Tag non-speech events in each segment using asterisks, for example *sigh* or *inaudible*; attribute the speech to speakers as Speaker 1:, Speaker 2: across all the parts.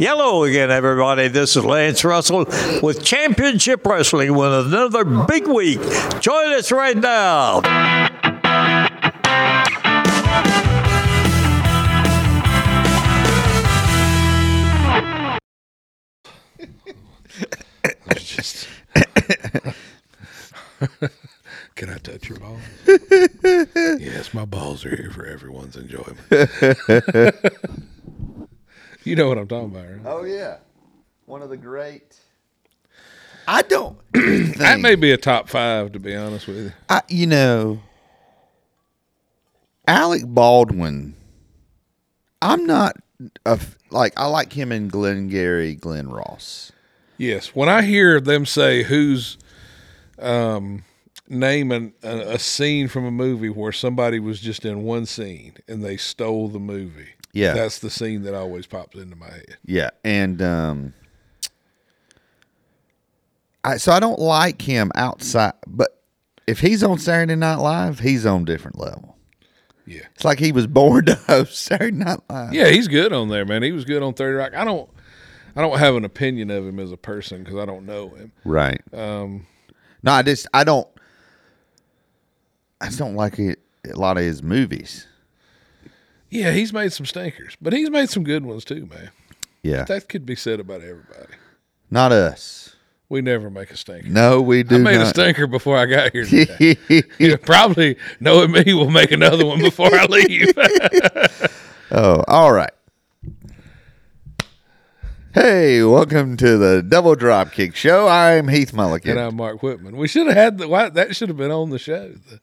Speaker 1: Hello again, everybody. This is Lance Russell with Championship Wrestling with another big week. Join us right now.
Speaker 2: Just *laughs* Can I touch your balls? yes, my balls are here for everyone's enjoyment. you know what I'm talking about, right?
Speaker 3: Oh yeah, one of the great.
Speaker 4: I
Speaker 3: *clears throat*
Speaker 4: don't.
Speaker 2: That may be a top five, to be honest with you.
Speaker 4: I, you know, Alec Baldwin. I'm not a f like I like him and Glenn Gary, Glenn Ross.
Speaker 2: Yes, when I hear them say who's um, name an, a, a scene from a movie where somebody was just in one scene and they stole the movie.
Speaker 4: Yeah.
Speaker 2: that's the scene that always pops into my head.
Speaker 4: Yeah, and um, I so I don't like him outside, but if he's on Saturday Night Live, he's on a different level.
Speaker 2: Yeah.
Speaker 4: It's like he was born *laughs* to host Saturday Night Live.
Speaker 2: Yeah, he's good on there, man. He was good on Thirty Rock. I don't, I don't have an opinion of him as a person because I don't know him.
Speaker 4: Right. Um No, I just I don't I just don't like it, a lot of his movies.
Speaker 2: Yeah, he's made some stinkers, but he's made some good ones too, man.
Speaker 4: Yeah.
Speaker 2: That could be said about everybody.
Speaker 4: Not us.
Speaker 2: We never make a stinker.
Speaker 4: No, we do
Speaker 2: I made a
Speaker 4: not.
Speaker 2: stinker before I got
Speaker 4: *laughs*
Speaker 2: here. Today. You probably knowing me will make another one before I
Speaker 4: *laughs*
Speaker 2: leave.
Speaker 4: oh, all right. Hey, welcome to the Double Dropkick Show. I'm Heath Mulligan.
Speaker 2: and I'm Mark Whitman. We should have had the why, that should have been on the show. The-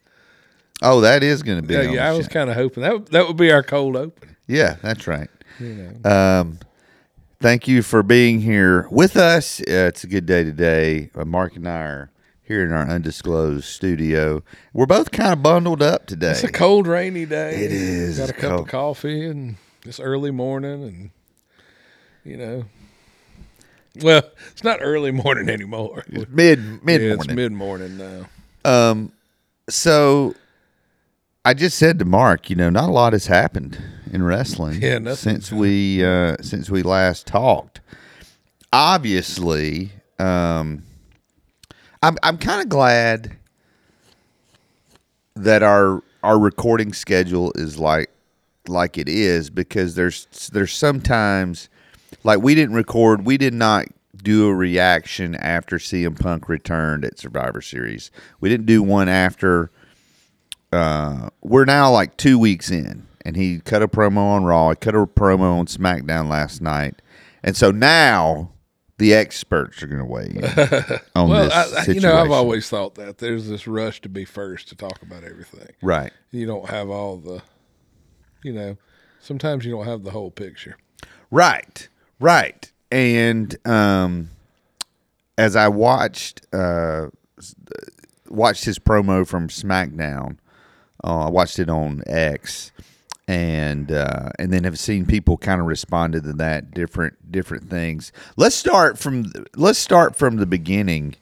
Speaker 4: oh, that is going to be.
Speaker 2: yeah,
Speaker 4: on
Speaker 2: yeah,
Speaker 4: the
Speaker 2: I was
Speaker 4: show.
Speaker 2: kind of hoping that that would be our cold open.
Speaker 4: Yeah, that's right. Um, thank you for being here with us. Uh, it's a good day today. Uh, Mark and I are here in our undisclosed studio. We're both kind of bundled up today.
Speaker 2: It's a cold, rainy day.
Speaker 4: It is.
Speaker 2: Got a
Speaker 4: It's
Speaker 2: cup
Speaker 4: cold.
Speaker 2: of coffee and it's early morning, and you know, well, it's not early morning anymore.
Speaker 4: mid mid
Speaker 2: Yeah, it's
Speaker 4: morning.
Speaker 2: mid morning now.
Speaker 4: um, so I just said to Mark, you know, not a lot has happened in wrestling
Speaker 2: Yeah, nothing's
Speaker 4: since we uh, since we last talked. Obviously, um, I'm I'm kind of glad that our our recording schedule is like like it is because there's there's sometimes like we didn't record we did not do a reaction after CM Punk returned at Survivor Series. We didn't do one after uh we're now like 2 weeks in and he cut a promo on Raw, he cut a promo on SmackDown last night. And so now the experts are going to
Speaker 2: *laughs*
Speaker 4: weigh in on
Speaker 2: Well,
Speaker 4: this
Speaker 2: I, I-
Speaker 4: situation.
Speaker 2: you know, I've always thought that there's this rush to be first to talk about everything.
Speaker 4: right.
Speaker 2: You don't have all the, you know, sometimes you don't have the whole picture.
Speaker 4: Right, right. And um, as I watched uh, s- watched his promo from SmackDown, uh, I watched it on X, and uh, and then have seen people kind of responded to that different different things. Let's start from th- let's start from the beginning.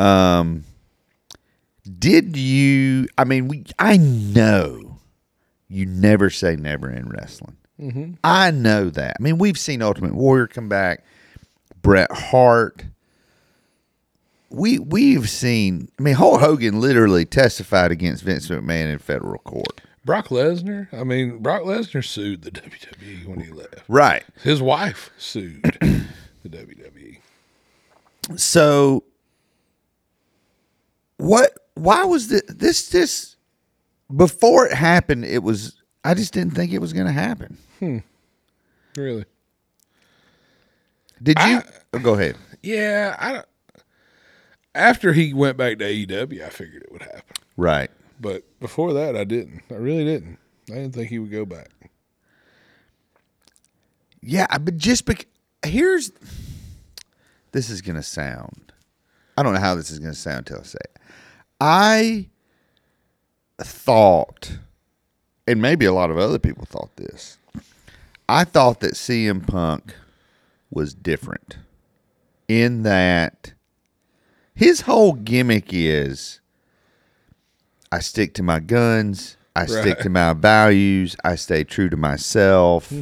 Speaker 4: Um, did you? I mean, we. I know you never say never in wrestling. I know that. I mean, we've seen Ultimate Warrior come back, Bret Hart. We we've seen. I mean, Hulk Hogan literally testified against Vince McMahon in federal court.
Speaker 2: Brock Lesnar. I mean, Brock Lesnar sued the WWE when he left.
Speaker 4: Right.
Speaker 2: His wife sued the E. WWE.
Speaker 4: So, what? Why was this? This this before it happened? It was. I just didn't think it was going to happen.
Speaker 2: Really?
Speaker 4: Did you? oh, go ahead.
Speaker 2: Yeah, I don't. After he went back to AEW, I figured it would happen.
Speaker 4: Right.
Speaker 2: But before that, I didn't. I really didn't. I didn't think he would go back.
Speaker 4: Yeah, I- but just bec- here's this is gonna sound. I don't know how this is gonna sound till I say it. I thought, and maybe a lot of other people thought this. I thought that CM Punk was different in that his whole gimmick is I stick to my guns, I stick
Speaker 2: Right.
Speaker 4: to my values, I stay true to myself.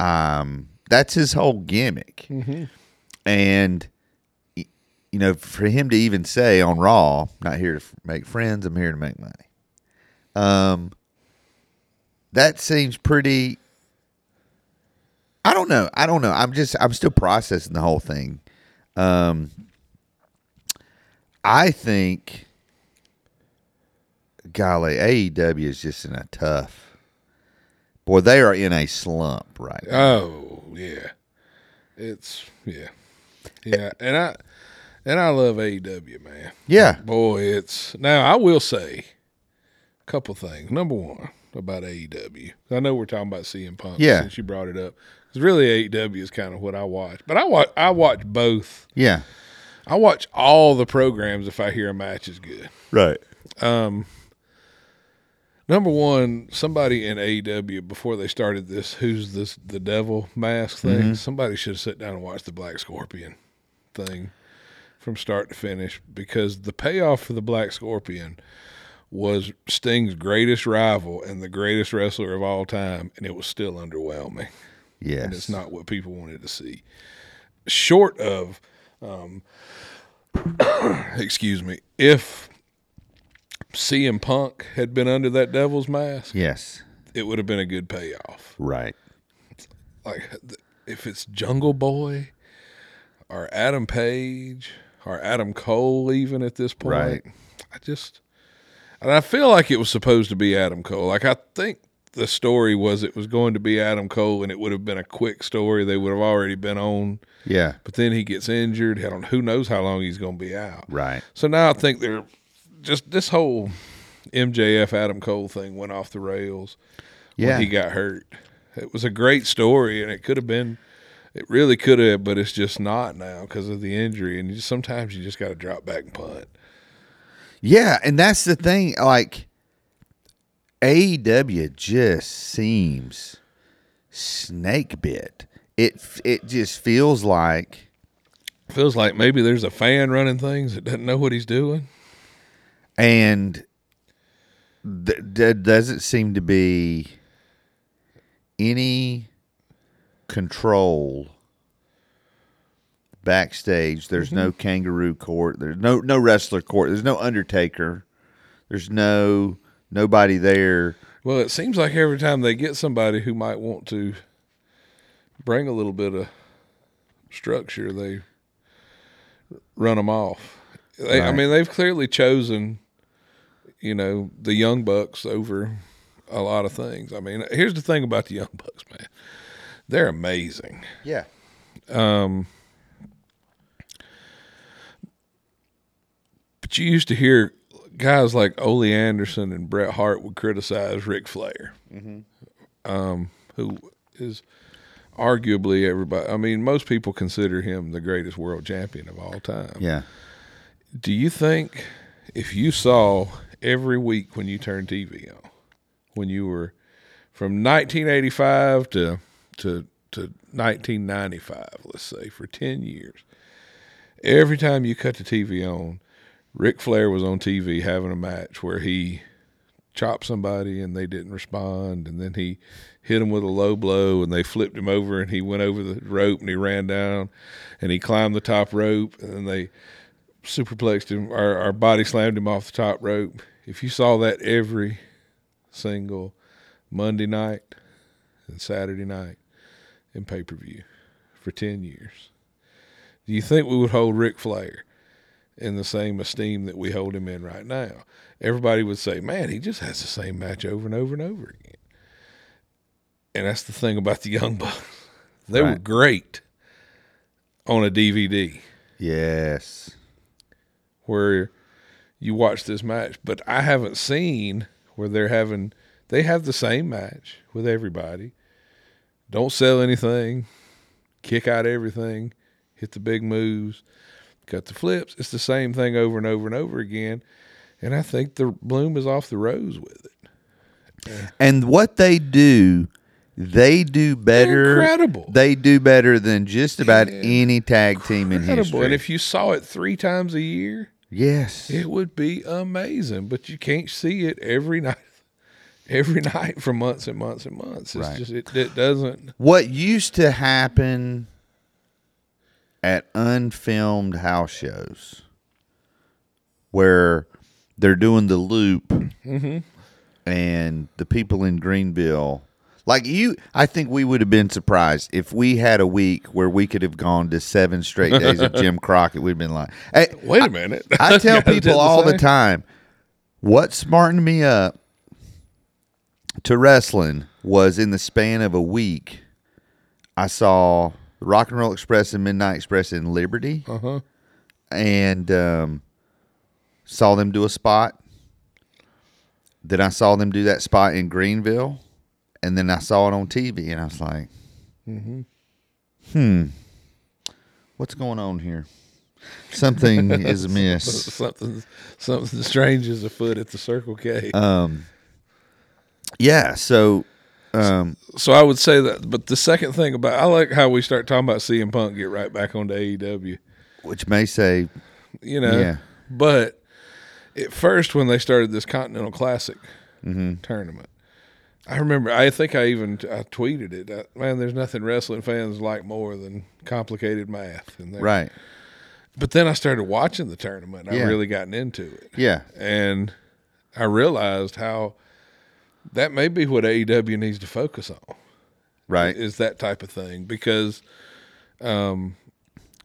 Speaker 4: Um, That's his whole gimmick. And y- you know, for him to even say on Raw, "Not here to f- make friends. I'm here to make money." Um, that seems pretty. I don't know. I don't know. I'm just. I'm still processing the whole thing. Um, I think, golly, AEW is just in a tough. Boy, they are in a slump right now.
Speaker 2: Oh yeah, it's yeah, yeah, and I and I love AEW, man.
Speaker 4: Yeah.
Speaker 2: Boy, it's now I will say a couple things. Number one about AEW, I know we're talking about CM Punk.
Speaker 4: Yeah.
Speaker 2: since you brought it up, because really AEW is kind of what I watch. But I watch I watch both.
Speaker 4: Yeah.
Speaker 2: I watch all the programs if I hear a match is good.
Speaker 4: Right.
Speaker 2: Number one, somebody in AEW before they started this "Who's this the devil" mask thing, somebody should have sat down and watched the Black Scorpion thing from start to finish because the payoff for the Black Scorpion was Sting's greatest rival and the greatest wrestler of all time, and it was still underwhelming
Speaker 4: Yes.
Speaker 2: and it's not what people wanted to see. Short of, um, *coughs* excuse me, if CM Punk had been under that devil's mask,
Speaker 4: Yes.
Speaker 2: it would have been a good payoff.
Speaker 4: Right.
Speaker 2: Like th- if it's Jungle Boy or Adam Page or Adam Cole, even at this point,
Speaker 4: Right.
Speaker 2: I just and I feel like it was supposed to be Adam Cole. Like I think the story was it was going to be Adam Cole, and it would have been a quick story. They would have already been on,
Speaker 4: Yeah.
Speaker 2: but then he gets injured. I don't, who knows how long he's going to be out.
Speaker 4: Right.
Speaker 2: So now I think they're just this whole MJF Adam Cole thing went off the rails
Speaker 4: Yeah.
Speaker 2: when he got hurt. It was a great story, and it could have been, it really could have, but it's just not now because of the injury. And you just, sometimes you just got to drop back and punt.
Speaker 4: Yeah, and that's the thing. Like AEW just seems snake bit. It it just feels like
Speaker 2: Feels like maybe there's a fan running things that doesn't know what he's doing.
Speaker 4: and th- there doesn't seem to be any control backstage. There's
Speaker 2: Mm-hmm.
Speaker 4: no kangaroo court. There's no no wrestler court. There's no Undertaker. There's no nobody there.
Speaker 2: Well, it seems like every time they get somebody who might want to bring a little bit of structure, they run them off. They, I
Speaker 4: Right.
Speaker 2: mean, they've clearly chosen, you know, the Young Bucks over a lot of things. I mean, here's the thing about the Young Bucks, man. They're amazing.
Speaker 4: Yeah.
Speaker 2: But you used to hear guys like Ole Anderson and Bret Hart would criticize Ric Flair, um, who is arguably everybody. I mean, most people consider him the greatest world champion of all time.
Speaker 4: Yeah.
Speaker 2: Do you think if you saw every week when you turned TV on, when you were from 1985 to to to 1995, let's say for 10 years, every time you cut the TV on, Ric Flair was on TV having a match where he chopped somebody and they didn't respond, and then he hit him with a low blow and they flipped him over and he went over the rope and he ran down and he climbed the top rope and then they superplexed him or, or body slammed him off the top rope. If you saw that every single Monday night and Saturday night in pay per view for 10 years, do you think we would hold Ric Flair in the same esteem that we hold him in right now? Everybody would say, man, he just has the same match over and over and over again. And that's the thing about the Young Bucks. They were
Speaker 4: Right.
Speaker 2: great on a DVD
Speaker 4: Yes.
Speaker 2: where you watch this match, but I haven't seen where they're having they have the same match with everybody. Don't sell anything, kick out everything, hit the big moves, cut the flips. It's the same thing over and over and over again. And I think the bloom is off the rose with it.
Speaker 4: And what they do, they do better.
Speaker 2: incredible.
Speaker 4: They do better than just about any tag team in
Speaker 2: Incredible.
Speaker 4: history.
Speaker 2: And if you saw it three times a year,
Speaker 4: yes,
Speaker 2: it would be amazing. But you can't see it every night *laughs* every night for months and months and months. It's
Speaker 4: Right.
Speaker 2: just it, it doesn't.
Speaker 4: What used to happen at unfilmed house shows where they're doing the loop and the people in Greenville like you I think we would have been surprised if we had a week where we could have gone to seven straight days of Jim Crockett we'd been like hey,
Speaker 2: Wait a minute. *laughs*
Speaker 4: I tell
Speaker 2: did
Speaker 4: people all the
Speaker 2: same.
Speaker 4: time what smartened me up to wrestling was in the span of a week. I saw the Rock and Roll Express and Midnight Express in Liberty,
Speaker 2: Uh-huh.
Speaker 4: and um, saw them do a spot. Then I saw them do that spot in Greenville, and then I saw it on TV, and I was like, hmm
Speaker 2: Mm-hmm.
Speaker 4: what's going on here?
Speaker 2: *laughs*
Speaker 4: Something is amiss.
Speaker 2: Something something strange is afoot at the Circle K.
Speaker 4: Uh, Yeah, so um,
Speaker 2: so I would say that. But the second thing about I like how we start talking about CM Punk get right back onto AEW.
Speaker 4: which may say
Speaker 2: E You know,
Speaker 4: Yeah.
Speaker 2: but at first when they started this Continental Classic
Speaker 4: Mm-hmm.
Speaker 2: tournament, I remember. I think I even I tweeted it. I, Man, there's nothing wrestling fans like more than complicated math. And they're-
Speaker 4: right.
Speaker 2: But then I started watching the tournament. and I
Speaker 4: Yeah.
Speaker 2: really gotten into it.
Speaker 4: Yeah.
Speaker 2: and I realized how that may be what AEW needs to focus on
Speaker 4: Right.
Speaker 2: is that type of thing because um,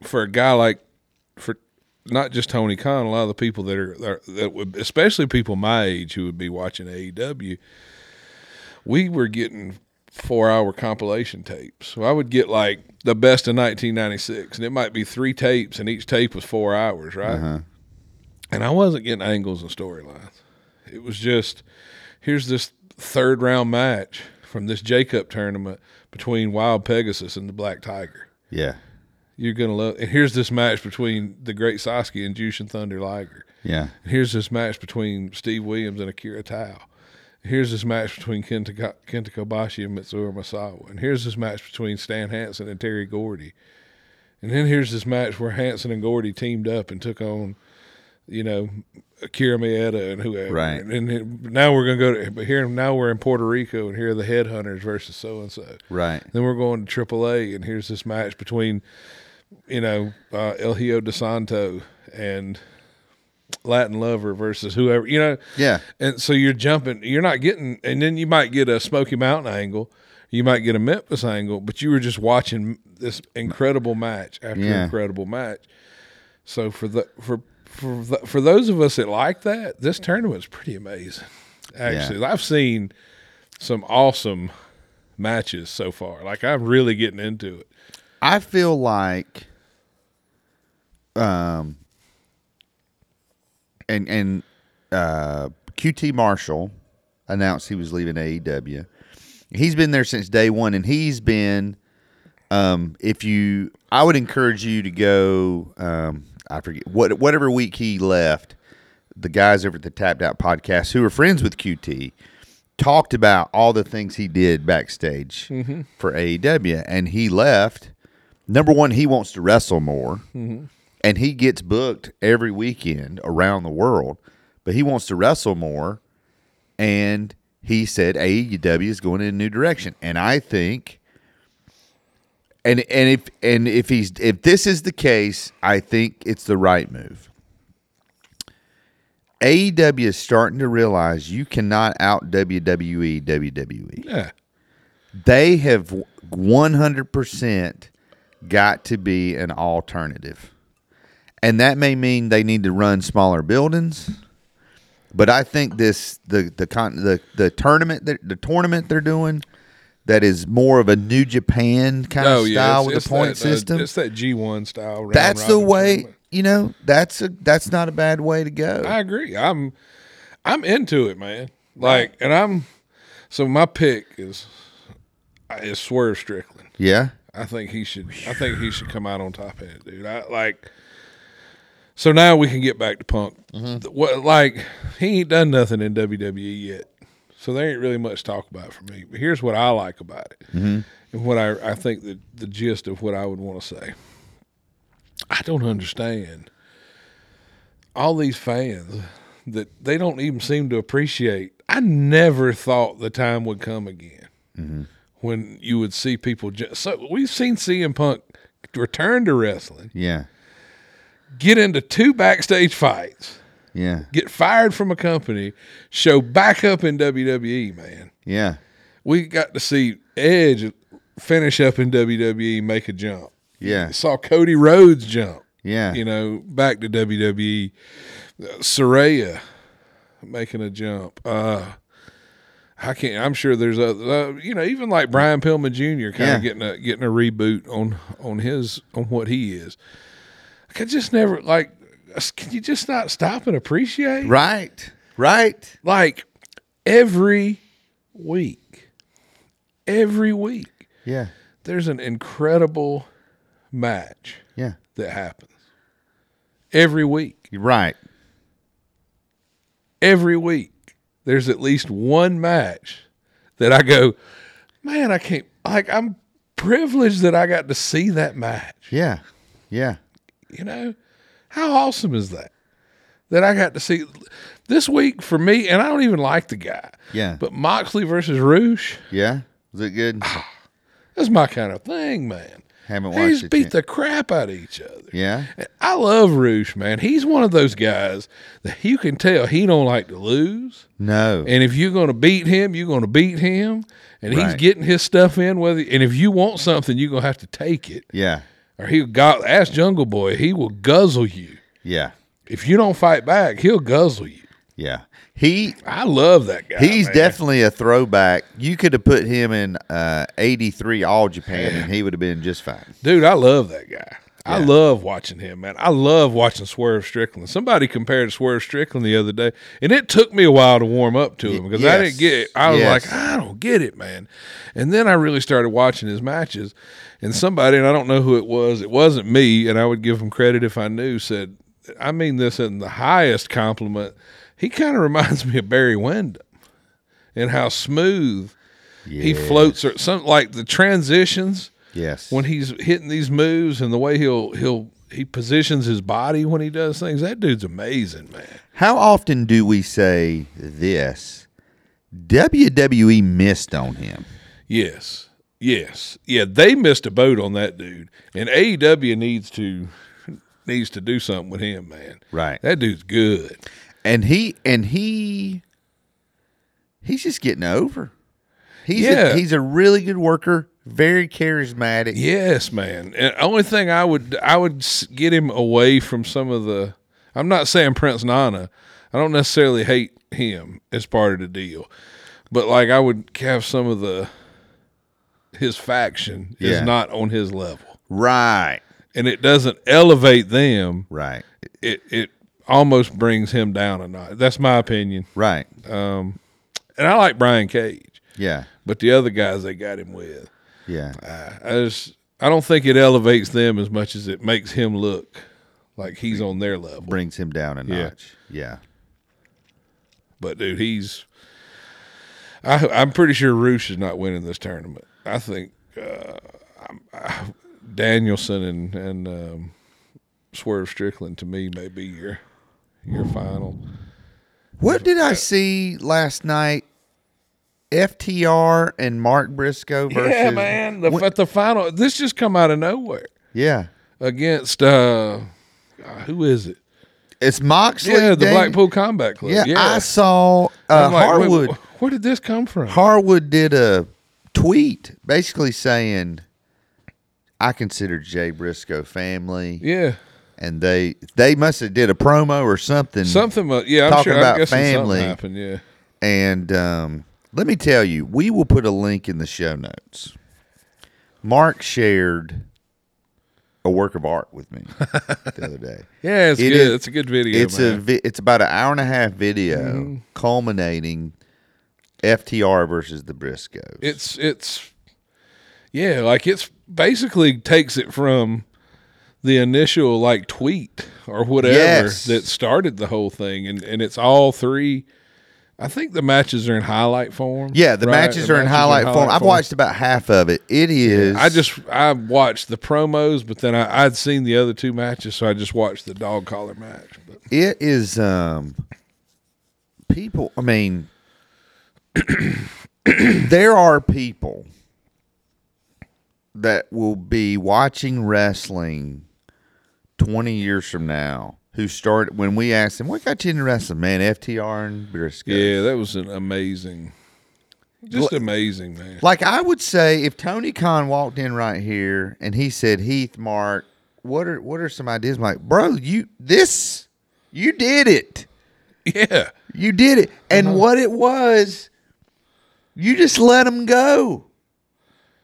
Speaker 2: for a guy like for not just Tony Khan, a lot of the people that are, that are that would especially people my age who would be watching AEW, we were getting four hour compilation tapes. So I would get like the best of 1996, and it might be three tapes, and each tape was four hours, right? And I wasn't getting angles and storylines. It was just here's this third round match from this Jacob tournament between Wild Pegasus and the Black Tiger.
Speaker 4: yeah.
Speaker 2: You're gonna love. And here's this match between the Great Sasuke and Jushin Thunder Liger.
Speaker 4: Yeah.
Speaker 2: And here's this match between Steve Williams and Akira Tao. Here's this match between Kenta, Ka- Kenta Kobashi and Mitsuo Masawa. And here's this match between Stan Hansen and Terry Gordy. And then here's this match where Hansen and Gordy teamed up and took on, you know, Akira Maeda and whoever.
Speaker 4: Right.
Speaker 2: And, then now we're going to go to, but here, now we're in Puerto Rico and here are the Headhunters versus so and so.
Speaker 4: Right.
Speaker 2: Then we're going to AAA, and here's this match between, you know, uh, El Hijo de Santo and Latin Lover versus whoever, you know.
Speaker 4: Yeah.
Speaker 2: And so you're jumping, you're not getting, and then you might get a Smoky Mountain angle, you might get a Memphis angle, but you were just watching this incredible match after
Speaker 4: Yeah.
Speaker 2: incredible match. So for the for for the, for those of us that like that, this tournament's pretty amazing. Actually, I've seen some awesome matches so far. Like I'm really getting into it.
Speaker 4: I feel like um and and uh QT Marshall announced he was leaving AEW. He's been there since day 1 and he's been um if you I would encourage you to go um I forget what whatever week he left the guys over at the Tapped Out podcast who are friends with QT talked about all the things he did backstage for AEW, and he left. Number one, he wants to wrestle more, and he gets booked every weekend around the world, but he wants to wrestle more. And he said AEW is going in a new direction, and I think, and and if and if he's if this is the case, I think it's the right move. AEW is starting to realize you cannot out E WWE WWE.
Speaker 2: Yeah.
Speaker 4: They have 100% got to be an alternative. And that may mean they need to run smaller buildings. But I think this the the con, the, the tournament that the tournament they're doing that is more of a New Japan kind of style with the point
Speaker 2: that, uh,
Speaker 4: system.
Speaker 2: Oh, it's that G1 style. round
Speaker 4: that's the
Speaker 2: robin
Speaker 4: way,
Speaker 2: tournament.
Speaker 4: you know, that's a that's not a bad way to go.
Speaker 2: I agree. I'm I'm into it, man. Like, and I'm so my pick is is Swerve Strickland.
Speaker 4: yeah.
Speaker 2: I think he should. I think he should come out on top of it, dude. I like. So now we can get back to Punk. Th- What like he ain't done nothing in WWE yet, so there ain't really much talk about for me. But here's what I like about it, and what I I think the the gist of what I would want to say. I don't understand all these fans that they don't even seem to appreciate I never thought the time would come again when you would see people. Ju- so we've seen CM Punk return to wrestling,
Speaker 4: Yeah.
Speaker 2: get into two backstage fights,
Speaker 4: Yeah.
Speaker 2: get fired from a company, show back up in WWE. Man,
Speaker 4: Yeah.
Speaker 2: we got to see Edge finish up in WWE, make a jump.
Speaker 4: Yeah.
Speaker 2: Saw Cody Rhodes jump.
Speaker 4: Yeah.
Speaker 2: you know, back to WWE. Uh, Soraya making a jump. Uh, I can't. I'm sure there's a uh, you know even like Brian Pillman Jr. kind
Speaker 4: Yeah.
Speaker 2: of getting a getting a reboot on on his on what he is. Like, I just never like. Can you just not stop and appreciate?
Speaker 4: Right. Right.
Speaker 2: Like every week, every week
Speaker 4: Yeah.
Speaker 2: there's an incredible match
Speaker 4: Yeah.
Speaker 2: that happens every week.
Speaker 4: You're right.
Speaker 2: every week there's at least one match that I go, man, I can't like I'm privileged that I got to see that match.
Speaker 4: Yeah. Yeah.
Speaker 2: You know, how awesome is that? That I got to see this week for me, and I don't even like the guy.
Speaker 4: Yeah.
Speaker 2: But Ah, Moxley versus Roosh,
Speaker 4: Yeah. Was it good?
Speaker 2: that's my kind of thing, man.
Speaker 4: Haven't
Speaker 2: They
Speaker 4: watched
Speaker 2: just
Speaker 4: it.
Speaker 2: beat
Speaker 4: yet.
Speaker 2: the crap out of each other.
Speaker 4: yeah.
Speaker 2: And I love Roosh, man. He's one of those guys that you can tell he don't like to lose.
Speaker 4: No.
Speaker 2: And if you're going to beat him, you're going to beat him. And he's
Speaker 4: Right.
Speaker 2: getting his stuff in. Whether and if you want something, you're going to have to take it.
Speaker 4: yeah.
Speaker 2: Or he got ask Jungle Boy. He will guzzle you
Speaker 4: Yeah.
Speaker 2: if you don't fight back. He'll guzzle you.
Speaker 4: Yeah. He
Speaker 2: I love that guy.
Speaker 4: he's
Speaker 2: Ah, man.
Speaker 4: definitely a throwback. You could have put him in uh 83 all Japan and he would have been just fine.
Speaker 2: dude. I love that guy. I
Speaker 4: Yeah.
Speaker 2: love watching him, man. I love watching Swerve Strickland. Somebody compared Swerve Strickland the other day, and it took me a while to warm up to him because I
Speaker 4: yes.
Speaker 2: didn't get it. I was
Speaker 4: Yes.
Speaker 2: like, I don't get it, man. And then I really started watching his matches, and somebody, and I don't know who it was, it wasn't me, and I would give him credit if I knew, said, I mean this in the highest compliment. He kind of *laughs* reminds me of Barry Windham and how smooth he floats or some like the transitions
Speaker 4: Yes.
Speaker 2: when he's hitting these moves and the way he'll he'll he positions his body when he does things. That dude's amazing, man.
Speaker 4: How often do we say this? WWE missed on him.
Speaker 2: Yes, yes, yeah. They missed a boat on that dude, and AEW needs to needs to do something with him, man.
Speaker 4: Right.
Speaker 2: That dude's good.
Speaker 4: And he and he he's just getting over. He's
Speaker 2: Yeah.
Speaker 4: a, he's a really good worker, very charismatic.
Speaker 2: Yes, man. And only thing I would I would s- get him away from some of the. I'm not saying Prince Nana. I don't necessarily hate him as part of the deal, but like I would have some of the his faction is
Speaker 4: Yeah.
Speaker 2: not on his level,
Speaker 4: Right.
Speaker 2: and it doesn't elevate them.
Speaker 4: Right.
Speaker 2: It it almost brings him down a notch. That's my opinion.
Speaker 4: Right.
Speaker 2: And I like Brian Cage,
Speaker 4: Yeah.
Speaker 2: but the other guys they got him with,
Speaker 4: Yeah.
Speaker 2: I just I don't think it elevates them as much as it makes him look like he's on their level.
Speaker 4: Brings him down a
Speaker 2: Yeah.
Speaker 4: notch. Yeah.
Speaker 2: But dude, he's I, I'm pretty sure Roosh is not winning this tournament. I think uh, I'm, I, Danielson and and um, Swerve Strickland to me may be your your final.
Speaker 4: What did I see last night? FTR and Mark Briscoe versus
Speaker 2: yeah, man. The,
Speaker 4: Wh-
Speaker 2: but the final. This just come out of nowhere
Speaker 4: yeah.
Speaker 2: against uh, uh, who is it?
Speaker 4: It's Moxley.
Speaker 2: Yeah, the
Speaker 4: Daniel-
Speaker 2: Blackpool Combat Club.
Speaker 4: Yeah,
Speaker 2: Yeah,
Speaker 4: I saw uh,
Speaker 2: I'm like, wait,
Speaker 4: Harwood.
Speaker 2: wh- Where did this come from?
Speaker 4: Harwood did a tweet basically saying, "I consider Jay Briscoe family,"
Speaker 2: yeah.
Speaker 4: and they they must have did a promo or something.
Speaker 2: Something, mu- yeah. I'm
Speaker 4: Talking
Speaker 2: sure,
Speaker 4: about
Speaker 2: I'm guessing
Speaker 4: family.
Speaker 2: Something happened, yeah.
Speaker 4: And um, let me tell you, we will put a link in the show notes. Mark shared a work of art with
Speaker 2: *laughs*
Speaker 4: me the other day.
Speaker 2: Yeah, it's
Speaker 4: It
Speaker 2: good.
Speaker 4: is-
Speaker 2: it's a good video.
Speaker 4: it's a
Speaker 2: man. Mm-hmm.
Speaker 4: vi- it's about an hour and a half video culminating FTR versus the Briscoes.
Speaker 2: It's it's yeah, like it's basically takes it from the initial like tweet or whatever
Speaker 4: Yes.
Speaker 2: that started the whole thing, and and it's all three. I think the matches are in highlight form.
Speaker 4: yeah, the
Speaker 2: right?
Speaker 4: matches are in highlight form. I've watched about half of it. It is.
Speaker 2: I just I watched the promos, but then I, I'd seen the other two matches, so I just watched the dog collar match. But
Speaker 4: it is um people i mean *coughs* there are people that will be watching wrestling 20 years from now who started when we asked them what got you into wrestling man ftr and briscoe
Speaker 2: Yeah, that was an amazing, just amazing, man.
Speaker 4: like i would say if tony khan walked in right here and he said heath mark what are what are some ideas I'm like bro you this you did it
Speaker 2: *laughs* Yeah,
Speaker 4: you did it and what it was you just let them go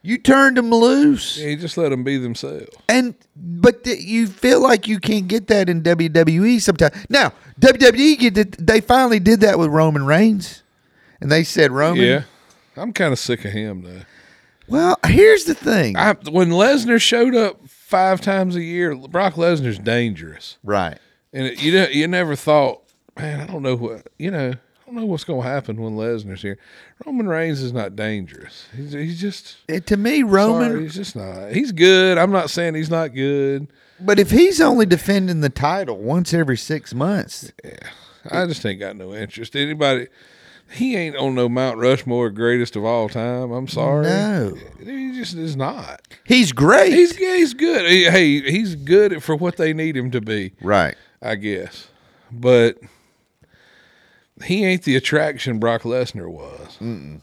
Speaker 4: you turned them loose
Speaker 2: he just let them be themselves.
Speaker 4: And but th- you feel like you can't get that in WWE sometimes. Now WWE get th- they finally did that with Roman Reigns, and they said Roman.
Speaker 2: Yeah, I'm kind of sick of him though.
Speaker 4: Well, here's the thing.
Speaker 2: I, when Lesnar showed up five times a year, Brock Lesnar's dangerous,
Speaker 4: right.
Speaker 2: and it, you know, you never thought, man, I don't know what you know. I don't know what's going to happen when Lesnar's here. Roman Reigns is not dangerous. He's, he's just
Speaker 4: And to me, Roman.
Speaker 2: sorry, he's just not. He's good. I'm not saying he's not good.
Speaker 4: But if he's only defending the title once every six months,
Speaker 2: I just ain't got no interest. Anybody, he ain't on no Mount Rushmore greatest of all time. I'm sorry,
Speaker 4: No.
Speaker 2: he just is not.
Speaker 4: he's great.
Speaker 2: He's he's good. He- Hey, he's good for what they need him to be,
Speaker 4: right.
Speaker 2: I guess. But he ain't the attraction Brock Lesnar was.
Speaker 4: And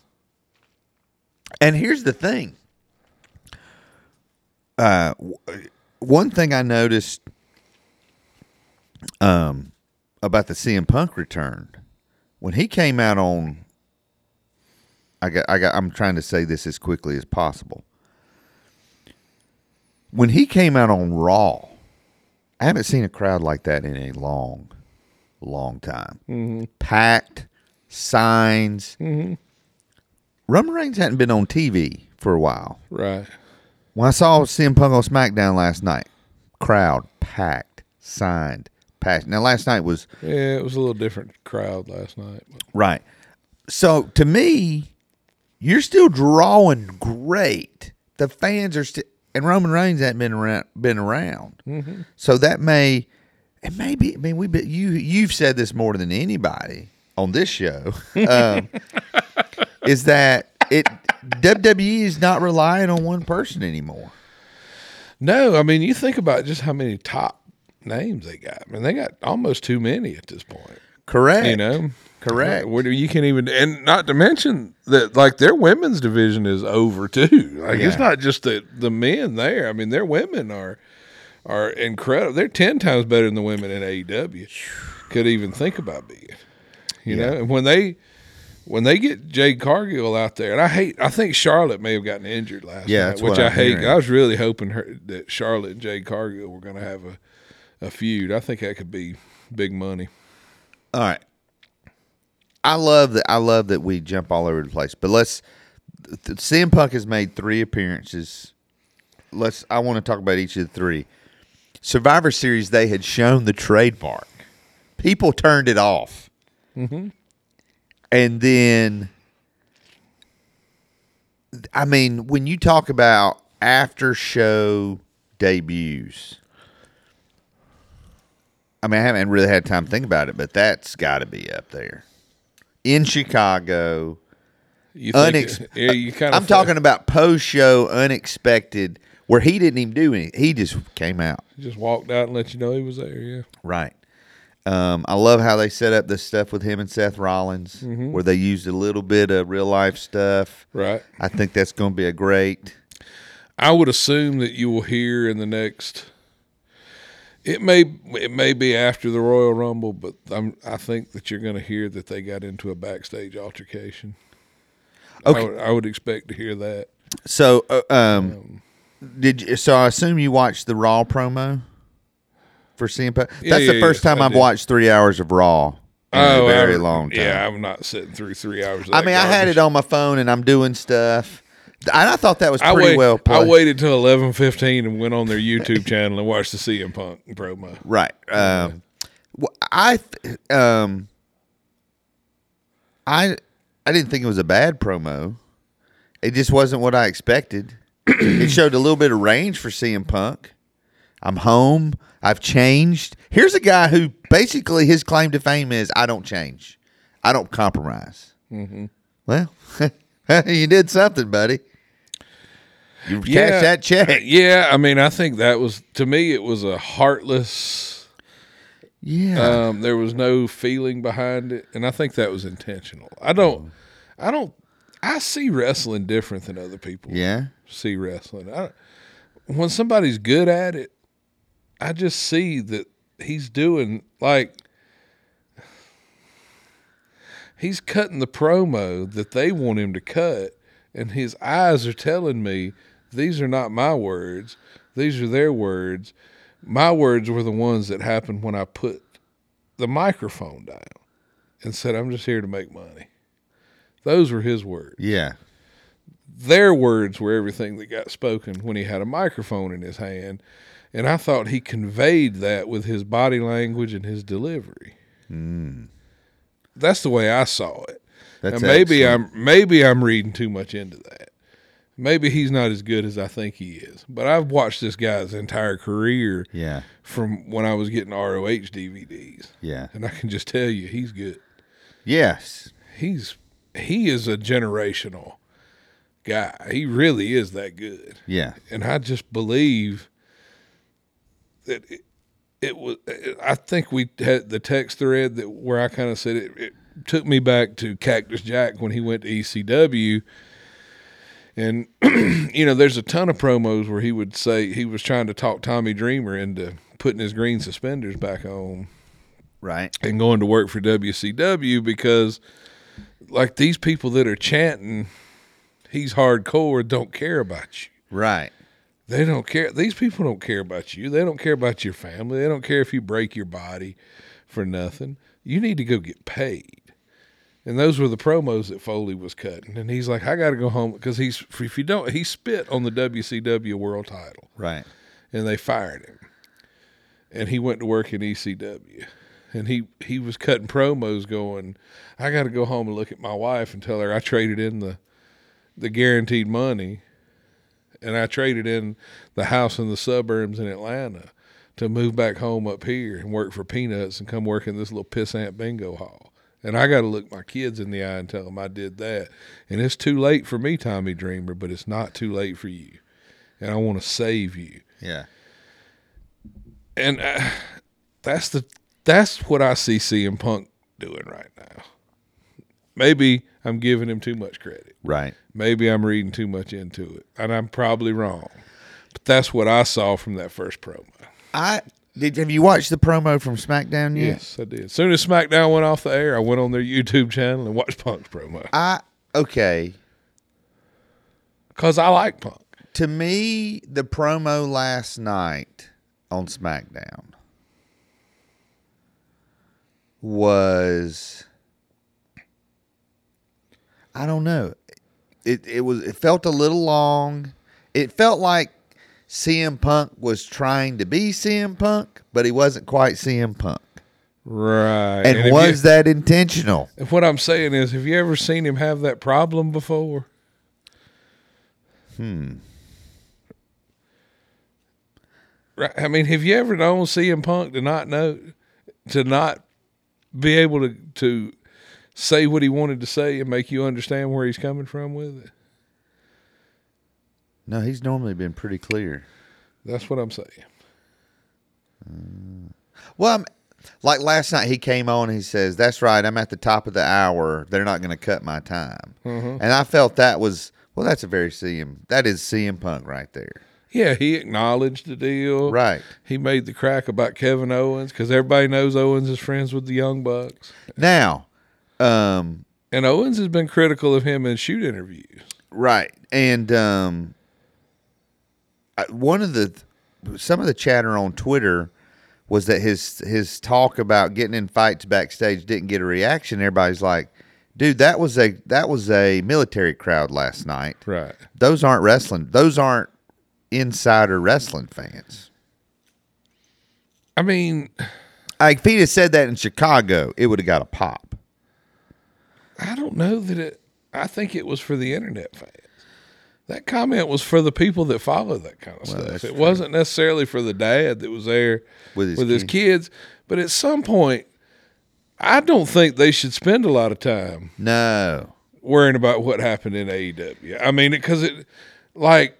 Speaker 4: here's the thing. Uh, w- one thing I noticed, um, about the CM Punk return, when he came out on, I got, I got, I'm trying to say this as quickly as possible. When he came out on Raw, I haven't seen a crowd like that in a long, long time. Packed signs. Roman Reigns hadn't been on TV for a while.
Speaker 2: Right.
Speaker 4: When I saw CM Punk on SmackDown last night, crowd packed, signed, packed. Now last night was
Speaker 2: Yeah, it was a little different crowd last night. But
Speaker 4: right. So to me, you're still drawing great. The fans are still, and Roman Reigns hadn't been around. Been around.
Speaker 2: Mm-hmm.
Speaker 4: So that may, it may be. I mean, we be, you you've said this more than anybody on
Speaker 2: *laughs*
Speaker 4: this show. Um, is that it? WWE is not relying on one person anymore.
Speaker 2: no, I mean you think about just how many top names they got. I mean they got almost too many at this point.
Speaker 4: Correct.
Speaker 2: You know,
Speaker 4: Correct.
Speaker 2: What do- you can't even, and not to mention that like their women's division is over too. Like it's
Speaker 4: Yeah.
Speaker 2: not just the the men there. I mean, their women are are incredible. They're ten times better than the women in AEW could even think about being. You know, and when they when they get Jade Cargill out there, and I hate, I think Charlotte may have gotten injured last
Speaker 4: Yeah,
Speaker 2: night,
Speaker 4: that's
Speaker 2: which
Speaker 4: what
Speaker 2: I
Speaker 4: I'm
Speaker 2: hate.
Speaker 4: hearing.
Speaker 2: I was really hoping her, that Charlotte and Jade Cargill were going to have a a feud. I think that could be big money.
Speaker 4: All right. I love that. I love that we jump all over the place. But let's. Th- CM Punk has made three appearances. Let's. I want to talk about each of the three. Survivor Series, they had shown the trademark. People turned it off. Mm-hmm. And then, I mean, when you talk about after show debuts, I mean, I haven't really had time to think about it, but that's got to be up there in Chicago.
Speaker 2: You
Speaker 4: Unex-
Speaker 2: think, yeah, you kind of
Speaker 4: I'm talking about post show unexpected, where he didn't even do anything. He just came out.
Speaker 2: just walked out and let you know he was there. Yeah,
Speaker 4: Right. Um, I love how they set up this stuff with him and Seth Rollins,
Speaker 2: Mm-hmm.
Speaker 4: where they used a little bit of real life stuff.
Speaker 2: right.
Speaker 4: I think that's going to be a great.
Speaker 2: I would assume that you will hear in the next. It may it may be after the Royal Rumble, but I'm I think that you're going to hear that they got into a backstage altercation. I
Speaker 4: Okay.
Speaker 2: would, I would expect to hear that.
Speaker 4: So, uh, um, did you, so? I assume you watched the Raw promo for CM Punk. That's
Speaker 2: Yeah,
Speaker 4: the
Speaker 2: yeah,
Speaker 4: first
Speaker 2: yeah,
Speaker 4: time
Speaker 2: I
Speaker 4: I've
Speaker 2: did.
Speaker 4: watched three hours of Raw in a
Speaker 2: Oh, I-
Speaker 4: very long time.
Speaker 2: Yeah, I'm not sitting through three hours. Of
Speaker 4: I
Speaker 2: that
Speaker 4: mean, I had
Speaker 2: garbage.
Speaker 4: it on my phone and I'm doing stuff. Th- And I thought that was
Speaker 2: I,
Speaker 4: pretty
Speaker 2: wait-
Speaker 4: well
Speaker 2: I
Speaker 4: played.
Speaker 2: waited till eleven fifteen and went on their
Speaker 4: *laughs*
Speaker 2: YouTube channel and watched the CM Punk promo.
Speaker 4: Right. Um, wh- I th- um, I I didn't think it was a bad promo. It just wasn't what I expected. it showed a little bit of range for CM Punk. I'm home. I've changed. Here's a guy who basically his claim to fame is I don't change. I don't compromise. Well, *laughs* you did something, buddy. You cashed that check.
Speaker 2: Uh, Yeah, I mean, I think that was to me it was a heartless.
Speaker 4: Yeah.
Speaker 2: Um, there was no feeling behind it, and I think that was intentional. I don't, I don't, I see wrestling different than other people.
Speaker 4: yeah.
Speaker 2: see wrestling. I, when somebody's good at it, I just see that he's doing like he's cutting the promo that they want him to cut, and his eyes are telling me these are not my words; these are their words. My words were the ones that happened when I put the microphone down and said, "I'm just here to make money." Those were his words
Speaker 4: Yeah.
Speaker 2: their words were everything that got spoken when he had a microphone in his hand. And I thought he conveyed that with his body language and his delivery. That's the way I saw it.
Speaker 4: Mm. That's
Speaker 2: and maybe
Speaker 4: excellent.
Speaker 2: I'm maybe I'm reading too much into that. Maybe he's not as good as I think he is. But I've watched this guy's entire career
Speaker 4: Yeah.
Speaker 2: from when I was getting ROH DVDs.
Speaker 4: Yeah.
Speaker 2: And I can just tell you he's good
Speaker 4: Yes.
Speaker 2: he's he is a generational guy. He really is that good,
Speaker 4: Yeah.
Speaker 2: and I just believe that it, it was. I think we had the text thread that where I kind of said it, it took me back to Cactus Jack when he went to ECW. And *clears throat* you know, there's a ton of promos where he would say he was trying to talk Tommy Dreamer into putting his green suspenders back on
Speaker 4: Right.
Speaker 2: and going to work for WCW because like these people that are chanting he's hardcore don't care about you.
Speaker 4: Right.
Speaker 2: They don't care. These people don't care about you. They don't care about your family. They don't care if you break your body for nothing. You need to go get paid. And those were the promos that Foley was cutting. And he's like, I got to go home because he's, if you don't, he spit on the WCW world title
Speaker 4: Right.
Speaker 2: and they fired him. And he went to work in ECW. And he, he was cutting promos going, I got to go home and look at my wife and tell her I traded in the, the guaranteed money and I traded in the house in the suburbs in Atlanta to move back home up here and work for peanuts and come work in this little pissant bingo hall. And I got to look my kids in the eye and tell them I did that. And it's too late for me, Tommy Dreamer, but it's not too late for you. And I want to save you
Speaker 4: Yeah.
Speaker 2: and uh, that's the that's what I see CM Punk doing right now. Maybe I'm giving him too much credit.
Speaker 4: Right.
Speaker 2: Maybe I'm reading too much into it, and I'm probably wrong. But that's what I saw from that first promo.
Speaker 4: I did. Have you watched the promo from SmackDown yet?
Speaker 2: Yes, I did. As soon as SmackDown went off the air, I went on their YouTube channel and watched Punk's promo
Speaker 4: I okay.
Speaker 2: because I like Punk.
Speaker 4: To me, the promo last night on SmackDown was I don't know. It it was it felt a little long. It felt like CM Punk was trying to be CM Punk, but he wasn't quite CM Punk.
Speaker 2: Right.
Speaker 4: And,
Speaker 2: if
Speaker 4: was that intentional?
Speaker 2: you- what I'm saying is, have you ever seen him have that problem before? Right. I mean, have you ever known CM Punk to not know, to not be able to to say what he wanted to say and make you understand where he's coming from with it?
Speaker 4: No, he's normally been pretty clear.
Speaker 2: That's what I'm saying.
Speaker 4: Well, I'm, like last night, he came on. and He says, "That's right. I'm at the top of the hour. They're not going to cut my time." And I felt that was well. That's a very CM. That is CM Punk right there.
Speaker 2: Yeah, he acknowledged the deal.
Speaker 4: Right.
Speaker 2: He made the crack about Kevin Owens because everybody knows Owens is friends with the Young Bucks,
Speaker 4: Now, um,
Speaker 2: and Owens has been critical of him in shoot interviews.
Speaker 4: right, and um, I- one of the some of the chatter on Twitter was that his his talk about getting in fights backstage didn't get a reaction. Everybody's like, "Dude, that was a that was a military crowd last night."
Speaker 2: Right.
Speaker 4: those aren't wrestling. Those aren't insider wrestling fans.
Speaker 2: I mean,
Speaker 4: Like if he'd have said that in Chicago, it would have got a pop.
Speaker 2: I don't know that it. I think it was for the internet fans. That comment was for the people that follow that kind of stuff.
Speaker 4: that's
Speaker 2: It
Speaker 4: true.
Speaker 2: wasn't necessarily for the dad that was there
Speaker 4: With his kid.
Speaker 2: kids. But at some point, I don't think they should spend a lot of time
Speaker 4: No,
Speaker 2: worrying about what happened in AEW. I mean, because it, like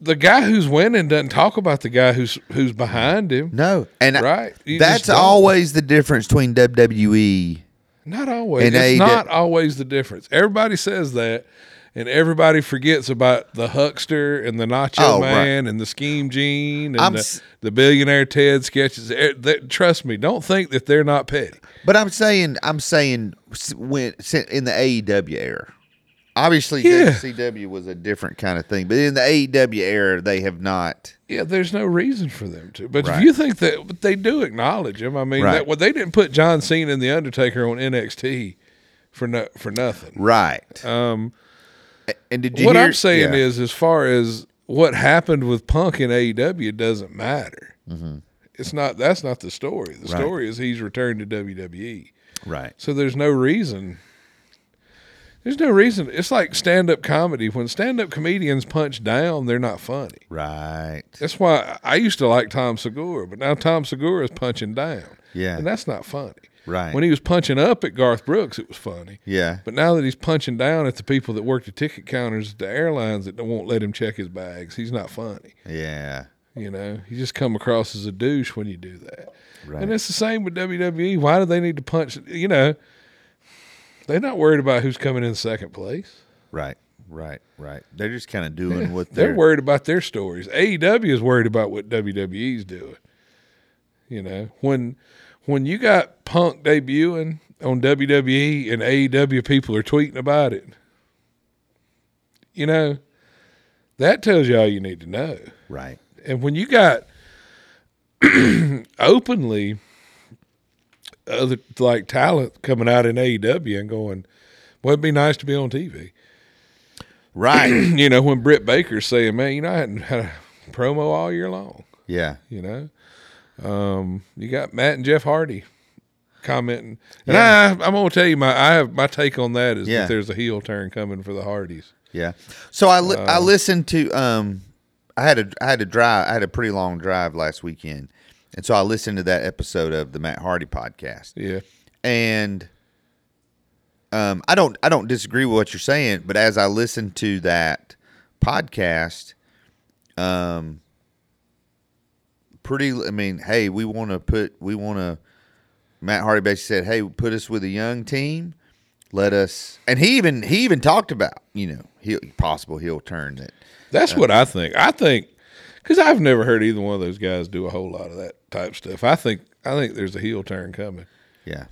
Speaker 2: the guy who's winning doesn't talk about the guy who's who's behind him.
Speaker 4: No, and I-
Speaker 2: Right. You just
Speaker 4: that's
Speaker 2: don't.
Speaker 4: always the difference between E. WWE.
Speaker 2: Not always.
Speaker 4: And
Speaker 2: it's
Speaker 4: they
Speaker 2: not
Speaker 4: did-
Speaker 2: always the difference. Everybody says that, and everybody forgets about the huckster and the nacho
Speaker 4: Oh, right.
Speaker 2: man and the scheme gene
Speaker 4: I'm
Speaker 2: and the,
Speaker 4: s-
Speaker 2: the billionaire Ted sketches. Eh, that- trust me, don't think that they're not petty.
Speaker 4: But I'm saying, I'm saying s- when s- in the AEW era, obviously
Speaker 2: Yeah.
Speaker 4: WCW was a different kind of thing. But in the AEW era, they have not.
Speaker 2: Yeah, there's no reason for them to. But
Speaker 4: Right.
Speaker 2: if you think that but they do acknowledge him, I mean,
Speaker 4: Right.
Speaker 2: that, well, they didn't put John Cena and the Undertaker on NXT for no, for nothing.
Speaker 4: Right.
Speaker 2: Um,
Speaker 4: and did you
Speaker 2: what
Speaker 4: hear-
Speaker 2: I'm saying
Speaker 4: yeah.
Speaker 2: is, as far as what happened with Punk in AEW doesn't matter. It's not that's not the story. The
Speaker 4: Mm-hmm. Right.
Speaker 2: story is he's returned to WWE.
Speaker 4: right.
Speaker 2: So there's no reason. There's no reason. It's like stand up comedy. When stand up comedians punch down, they're not funny.
Speaker 4: Right.
Speaker 2: That's why I used to like Tom Segura, but now Tom Segura is punching down.
Speaker 4: Yeah.
Speaker 2: And that's not funny.
Speaker 4: Right.
Speaker 2: When he was punching up at Garth Brooks, it was funny.
Speaker 4: Yeah.
Speaker 2: But now that he's punching down at the people that work the ticket counters at the airlines that won't let him check his bags, he's not funny.
Speaker 4: Yeah.
Speaker 2: You know, you just come across as a douche when you do that.
Speaker 4: Right.
Speaker 2: And it's the same with WWE. Why do they need to punch? You know, they're not worried about who's coming in second place.
Speaker 4: Right. Right. Right. They're just kind of doing what
Speaker 2: They're,
Speaker 4: they're.
Speaker 2: worried about their stories. AEW is worried about what WWE's doing. You know, when when you got Punk debuting on WWE and AEW people are tweeting about it, you know, that tells you all you need to know.
Speaker 4: Right.
Speaker 2: And when you got *clears throat* openly other like talent coming out in AEW and going, well, it'd be nice to be on TV *laughs*
Speaker 4: Right. *coughs*
Speaker 2: you know, when Britt Baker's saying, man, you know, I hadn't had a promo all year long,
Speaker 4: yeah.
Speaker 2: you know, um, you got Matt and Jeff Hardy commenting. And I, I'm going to tell you my, I have my take on that is
Speaker 4: Yeah.
Speaker 2: that there's a heel turn coming for the Hardys.
Speaker 4: Yeah. So I li- I listened to um I had a I had a drive I had a pretty long drive last weekend, and so I listened to that episode of the Matt Hardy podcast,
Speaker 2: Yeah.
Speaker 4: and um I don't I don't disagree with what you're saying, but as I listened to that podcast, um, pretty I mean, hey, we want to put we want to Matt Hardy basically said, "Hey, put us with a young team. Let us." And he even he even talked about you know he, possible heel turn that.
Speaker 2: That's what I think. I think, because I've never heard either one of those guys do a whole lot of that type stuff. I think, I think there's a heel turn coming.
Speaker 4: Yeah.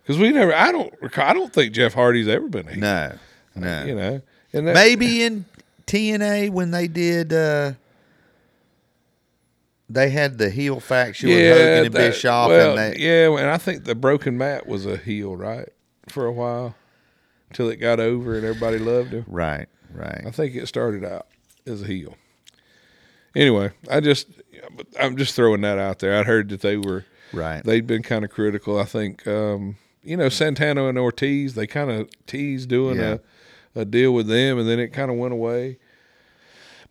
Speaker 2: Because we never, I don't, recall- I don't think Jeff Hardy's ever been a heel,
Speaker 4: No. No.
Speaker 2: you know, and that,
Speaker 4: Maybe in TNA when they did. uh they had the heel faction with Hogan and
Speaker 2: that-
Speaker 4: Bischoff,
Speaker 2: well,
Speaker 4: and they,
Speaker 2: yeah, and I think the broken mat was a heel, right, for a while, until it got over and everybody loved him.
Speaker 4: right,
Speaker 2: I
Speaker 4: right,
Speaker 2: think it started out as a heel. Anyway, I just, but I'm just throwing that out there. I'd heard that they were,
Speaker 4: right,
Speaker 2: they'd been kind of critical. I think, um, you know, Santana and Ortiz, they kind of teased doing
Speaker 4: Yeah.
Speaker 2: a, a deal with them, and then it kind of went away.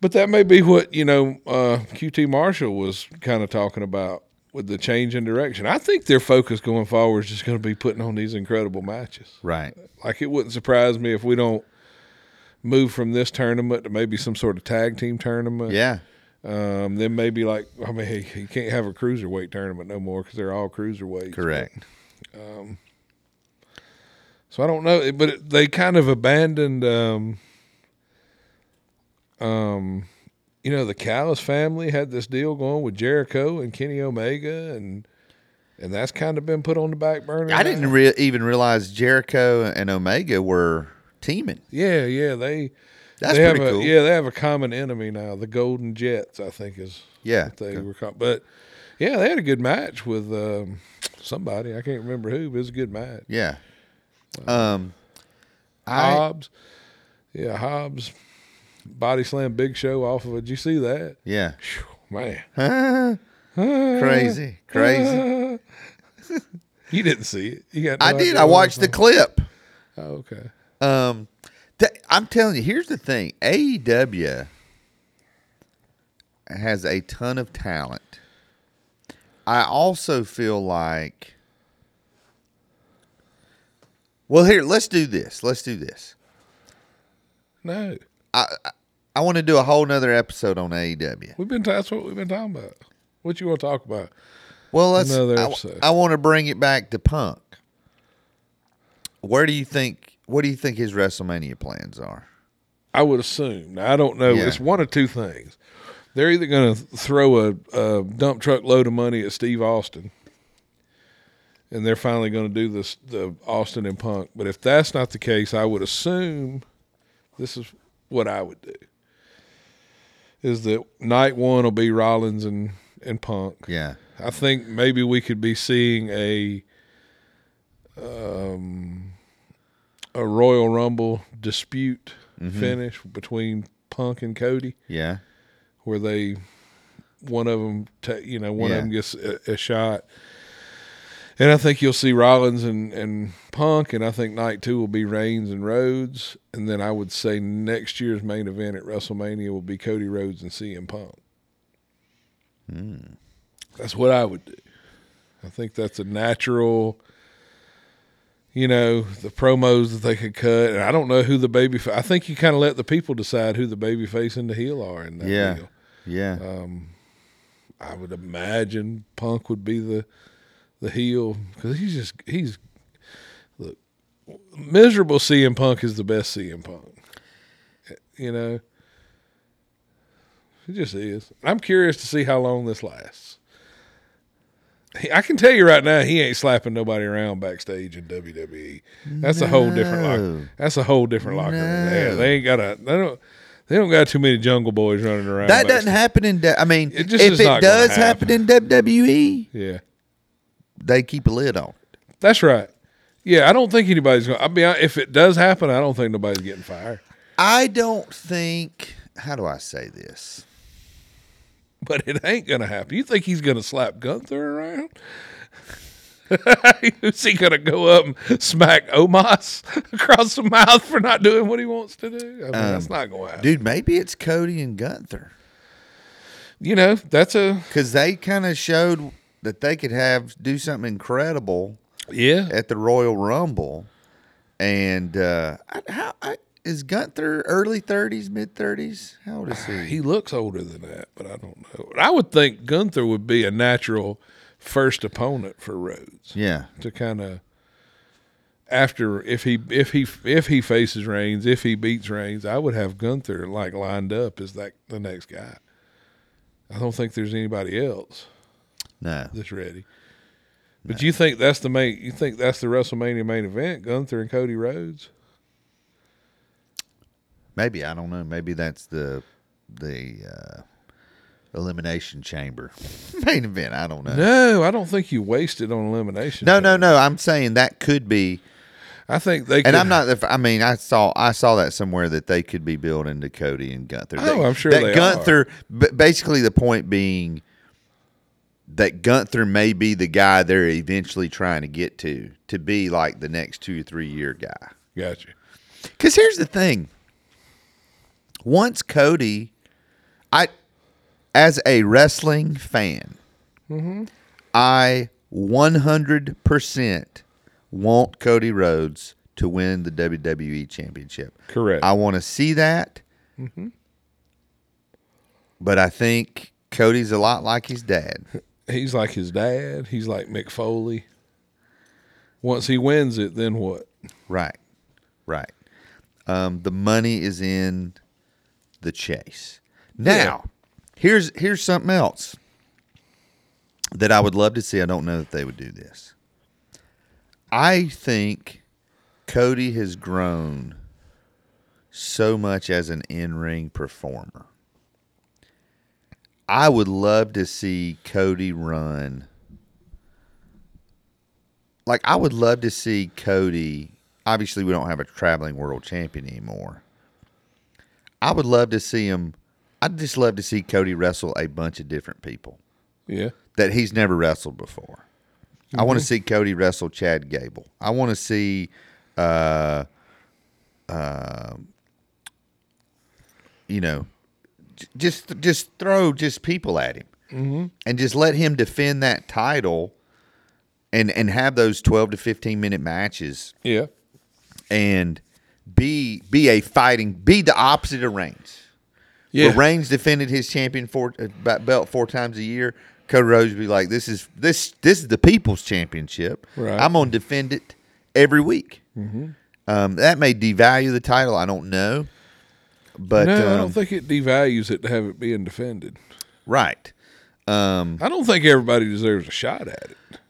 Speaker 2: But that may be what you know. Uh, QT Marshall was kind of talking about with the change in direction. I think their focus going forward is just going to be putting on these incredible matches.
Speaker 4: right,
Speaker 2: Like it wouldn't surprise me if we don't move from this tournament to maybe some sort of tag team tournament.
Speaker 4: yeah,
Speaker 2: Um, then maybe like I mean, hey, you can't have a cruiserweight tournament no more because they're all cruiserweights.
Speaker 4: correct,
Speaker 2: So I don't know, but it, they kind of abandoned, um, um, you know, the Callis family had this deal going with Jericho and Kenny Omega, and and that's kind of been put on the back burner.
Speaker 4: I didn't
Speaker 2: now.
Speaker 4: re- even realize Jericho and Omega were teaming.
Speaker 2: yeah, yeah, they.
Speaker 4: That's
Speaker 2: they have
Speaker 4: pretty
Speaker 2: a,
Speaker 4: cool.
Speaker 2: Yeah, they have a common enemy now. The Golden Jets, I think, is
Speaker 4: Yeah.
Speaker 2: what they were called. But yeah, they had a good match with um, somebody. I can't remember who, but it was a good match.
Speaker 4: Yeah. Um, I
Speaker 2: Hobbs, yeah, Hobbs, body slam Big Show off of it. Did you see that? *laughs*
Speaker 4: yeah.
Speaker 2: Phew, man,
Speaker 4: crazy,
Speaker 2: *laughs*
Speaker 4: crazy.
Speaker 2: you didn't see it. You got? no
Speaker 4: I did.
Speaker 2: idea
Speaker 4: I
Speaker 2: what
Speaker 4: watched the
Speaker 2: was
Speaker 4: clip.
Speaker 2: on. Oh, okay.
Speaker 4: Um, th- I'm telling you, here's the thing: E AEW has a ton of talent. I also feel like Well, here, let's do this. Let's do this.
Speaker 2: No,
Speaker 4: I want to do a whole nother episode on E AEW.
Speaker 2: we've been. That's what we've been talking about. What you want to talk about?
Speaker 4: Well, let's.
Speaker 2: Another
Speaker 4: I-
Speaker 2: episode.
Speaker 4: I, want to bring it back to Punk. Where do you think? What do you think his WrestleMania plans are?
Speaker 2: I would assume. Now, I don't know.
Speaker 4: Yeah.
Speaker 2: It's one of two things. They're either going to throw a, a dump truck load of money at Steve Austin, and they're finally going to do this the Austin and Punk. But if that's not the case, I would assume this is what I would do. Is that night one will be Rollins and and Punk.
Speaker 4: Yeah.
Speaker 2: I think maybe we could be seeing a um, a Royal Rumble dispute finish between Punk and Cody,
Speaker 4: Yeah.
Speaker 2: where they one of them, ta- you know, one
Speaker 4: Yeah.
Speaker 2: of them gets a, a shot. And I think you'll see Rollins and, and Punk, and I think night two will be Reigns and Rhodes, and then I would say next year's main event at WrestleMania will be Cody Rhodes and CM Punk.
Speaker 4: Hmm.
Speaker 2: That's what I would do. I think that's a natural, you know, the promos that they could cut. And I don't know who the baby. fa- I think you kind of let the people decide who the baby face and the heel are in that
Speaker 4: Yeah.
Speaker 2: deal. Uh,
Speaker 4: Yeah.
Speaker 2: I would imagine Punk would be the the heel because he's just he's look miserable. CM Punk is the best CM Punk. You know, it just is. I'm curious to see how long this lasts. He- I can tell you right now, he ain't slapping nobody around backstage in WWE. That's a whole different
Speaker 4: No.
Speaker 2: locker. That's a whole different locker room. Yeah, they ain't got a. They don't. They don't got too many jungle boys running around.
Speaker 4: that doesn't
Speaker 2: backstage.
Speaker 4: happen in. De- I mean,
Speaker 2: It just
Speaker 4: if
Speaker 2: is
Speaker 4: it
Speaker 2: not gonna
Speaker 4: does happen. in WWE,
Speaker 2: Yeah.
Speaker 4: they keep a lid on. it.
Speaker 2: That's right. Yeah, I don't think anybody's going. to I mean, I- if it does happen, I don't think nobody's getting fired.
Speaker 4: I don't think. How do I say this?
Speaker 2: But it ain't going to happen. You think he's going to slap Gunther around? *laughs* Is he going to go up and smack Omos *laughs* across the mouth for not doing what he wants to do? I mean, that's not going to happen.
Speaker 4: Dude, maybe it's Cody and Gunther
Speaker 2: you know, that's a
Speaker 4: because they kind of showed that they could have do something incredible
Speaker 2: yeah.
Speaker 4: at the Royal Rumble, and uh, I, how I, is Gunther early thirties, mid thirties? How old is he?
Speaker 2: Uh, He looks older than that, but I don't know. I would think Gunther would be a natural first opponent for Rhodes.
Speaker 4: Yeah,
Speaker 2: to kind of after if he if he if he faces Reigns, if he beats Reigns, I would have Gunther like lined up as that the next guy. I don't think there's anybody else
Speaker 4: no,
Speaker 2: that's ready. But you think that's the main? You think that's the WrestleMania main event? Gunther and Cody Rhodes.
Speaker 4: maybe I don't know. Maybe that's the the uh, elimination chamber *laughs* main event. I don't know. No.
Speaker 2: No, I don't think you wasted on elimination.
Speaker 4: No, no,
Speaker 2: Chamber.
Speaker 4: I'm saying that could be,
Speaker 2: I think they.
Speaker 4: and
Speaker 2: could-
Speaker 4: I'm not. the f- I mean, I saw I saw that somewhere that they could be building to Cody and Gunther.
Speaker 2: Oh,
Speaker 4: That-
Speaker 2: I'm sure
Speaker 4: that
Speaker 2: they are.
Speaker 4: Gunther. But basically, the point being that Gunther may be the guy they're eventually trying to get to to be like the next two or three year guy.
Speaker 2: Got you.
Speaker 4: Because here's the thing. Once Cody, I, as a wrestling fan, I 100% want Cody Rhodes to win the WWE Championship.
Speaker 2: Correct.
Speaker 4: I want to see that. But I think Cody's a lot like his dad.
Speaker 2: He's like his dad. He's like Mick Foley. Once he wins it, then what?
Speaker 4: Right. Right. Um, the money is in the chase. Now, here's here's something else that I would love to see. I don't know that they would do this. I think Cody has grown so much as an in-ring performer. I would love to see Cody run like I would love to see Cody. Obviously, we don't have a traveling world champion anymore. I would love to see him. I'd just love to see Cody wrestle a bunch of different people
Speaker 2: Yeah.
Speaker 4: that he's never wrestled before. I want to see Cody wrestle Chad Gable. I want to see, uh, uh, you know, j- just just throw just people at him and just let him defend that title, and and have those twelve to fifteen minute matches
Speaker 2: Yeah.
Speaker 4: and be be a fighting, be the opposite of Reigns.
Speaker 2: Yeah.
Speaker 4: Where Reigns defended his champion four, uh, ba- belt four times a year. Cody Rhodes would be like, "This is this this is the people's championship.
Speaker 2: Right. Mm-hmm.
Speaker 4: I'm gonna defend it every week." Um, that may devalue the title. I don't know, but
Speaker 2: no, I
Speaker 4: um,
Speaker 2: don't think it devalues it to have it being defended.
Speaker 4: right. Hmm.
Speaker 2: I don't think everybody deserves a shot at it.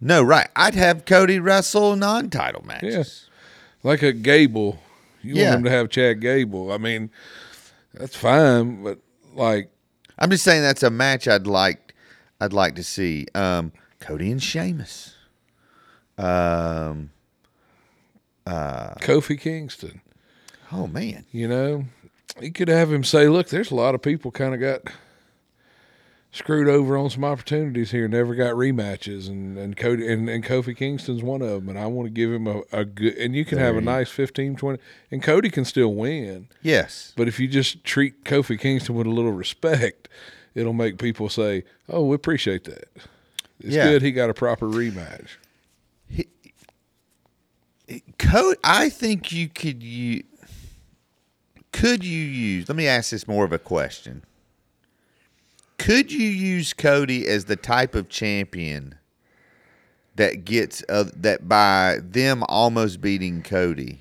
Speaker 4: No, right. I'd have Cody wrestle non-title matches.
Speaker 2: Yes. Like a Gable. You
Speaker 4: Yeah.
Speaker 2: want him to have Chad Gable. I mean, that's fine, but like
Speaker 4: I'm just saying that's a match I'd like. I'd like to see um, Cody and Sheamus. Um, Uh.
Speaker 2: Kofi Kingston,
Speaker 4: oh man,
Speaker 2: you know, he could have him say, look, there's a lot of people kind of got screwed over on some opportunities here, never got rematches, and and Cody and, and Kofi Kingston's one of them, and I want to give him a, a good, and you can have a nice 15, 20, and Cody can still win,
Speaker 4: yes,
Speaker 2: but if you just treat Kofi Kingston with a little respect, it'll make people say, oh, we appreciate that. It's
Speaker 4: Yeah.
Speaker 2: good he got a proper rematch.
Speaker 4: Cody. I think you could you could you use. Let me ask this more of a question. Could you use Cody as the type of champion that gets uh, that by them almost beating Cody?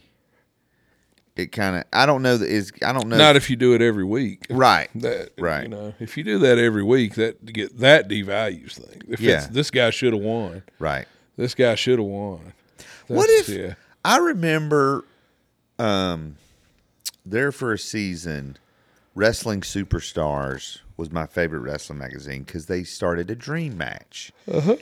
Speaker 4: It kind of. I don't know that is. I don't know.
Speaker 2: Not if you do it every week.
Speaker 4: right.
Speaker 2: That
Speaker 4: Uh, Right.
Speaker 2: You know, if you do that every week, that get that devalues things. If it's,
Speaker 4: Yeah.
Speaker 2: this guy should have won.
Speaker 4: Right.
Speaker 2: This guy should have won.
Speaker 4: what if
Speaker 2: That's- Yeah.
Speaker 4: I remember um there for a season Wrestling Superstars was my favorite wrestling magazine because they started a dream match,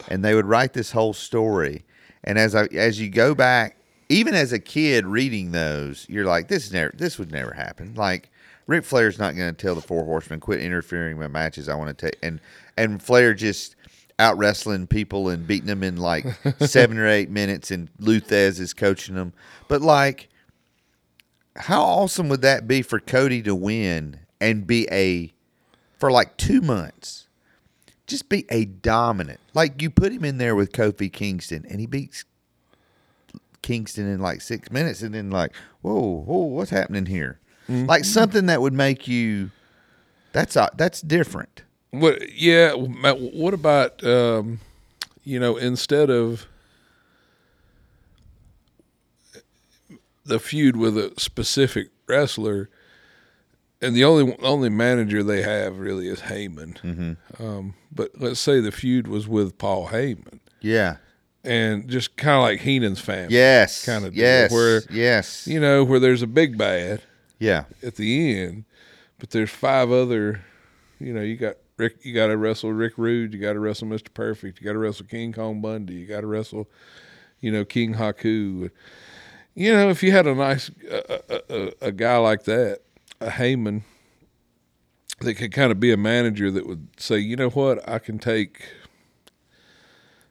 Speaker 4: and they would write this whole story. And as I as you go back, even as a kid reading those, you're like, "This never, this would never happen." Like Ric Flair's not going to tell the Four Horsemen quit interfering with matches. I want to take and and Flair just out wrestling people and beating them in like seven or eight minutes, and Luthez is coaching them. But like how awesome would that be for Cody to win and be a for like two months? Just be a dominant. Like you put him in there with Kofi Kingston and he beats Kingston in like six minutes and then like, whoa, whoa, what's happening here?
Speaker 2: Mm-hmm.
Speaker 4: Like something that would make you that's uh, that's different.
Speaker 2: What? Yeah. Matt, What about um, you know instead of the feud with a specific wrestler, and the only only manager they have really is Heyman. Um, but let's say the feud was with Paul Heyman,
Speaker 4: Yeah.
Speaker 2: and just kind of like Heenan's family.
Speaker 4: Yes.
Speaker 2: Kind of.
Speaker 4: yes.
Speaker 2: Where
Speaker 4: yes.
Speaker 2: you know where there's a big bad
Speaker 4: yeah.
Speaker 2: at the end, but there's five other. You know, you got Rick. You got to wrestle Rick Rude. You got to wrestle Mister Perfect. You got to wrestle King Kong Bundy. You got to wrestle, you know, King Haku. You know, if you had a nice a, a, a, a guy like that, a Heyman, that could kind of be a manager that would say, you know what, I can take.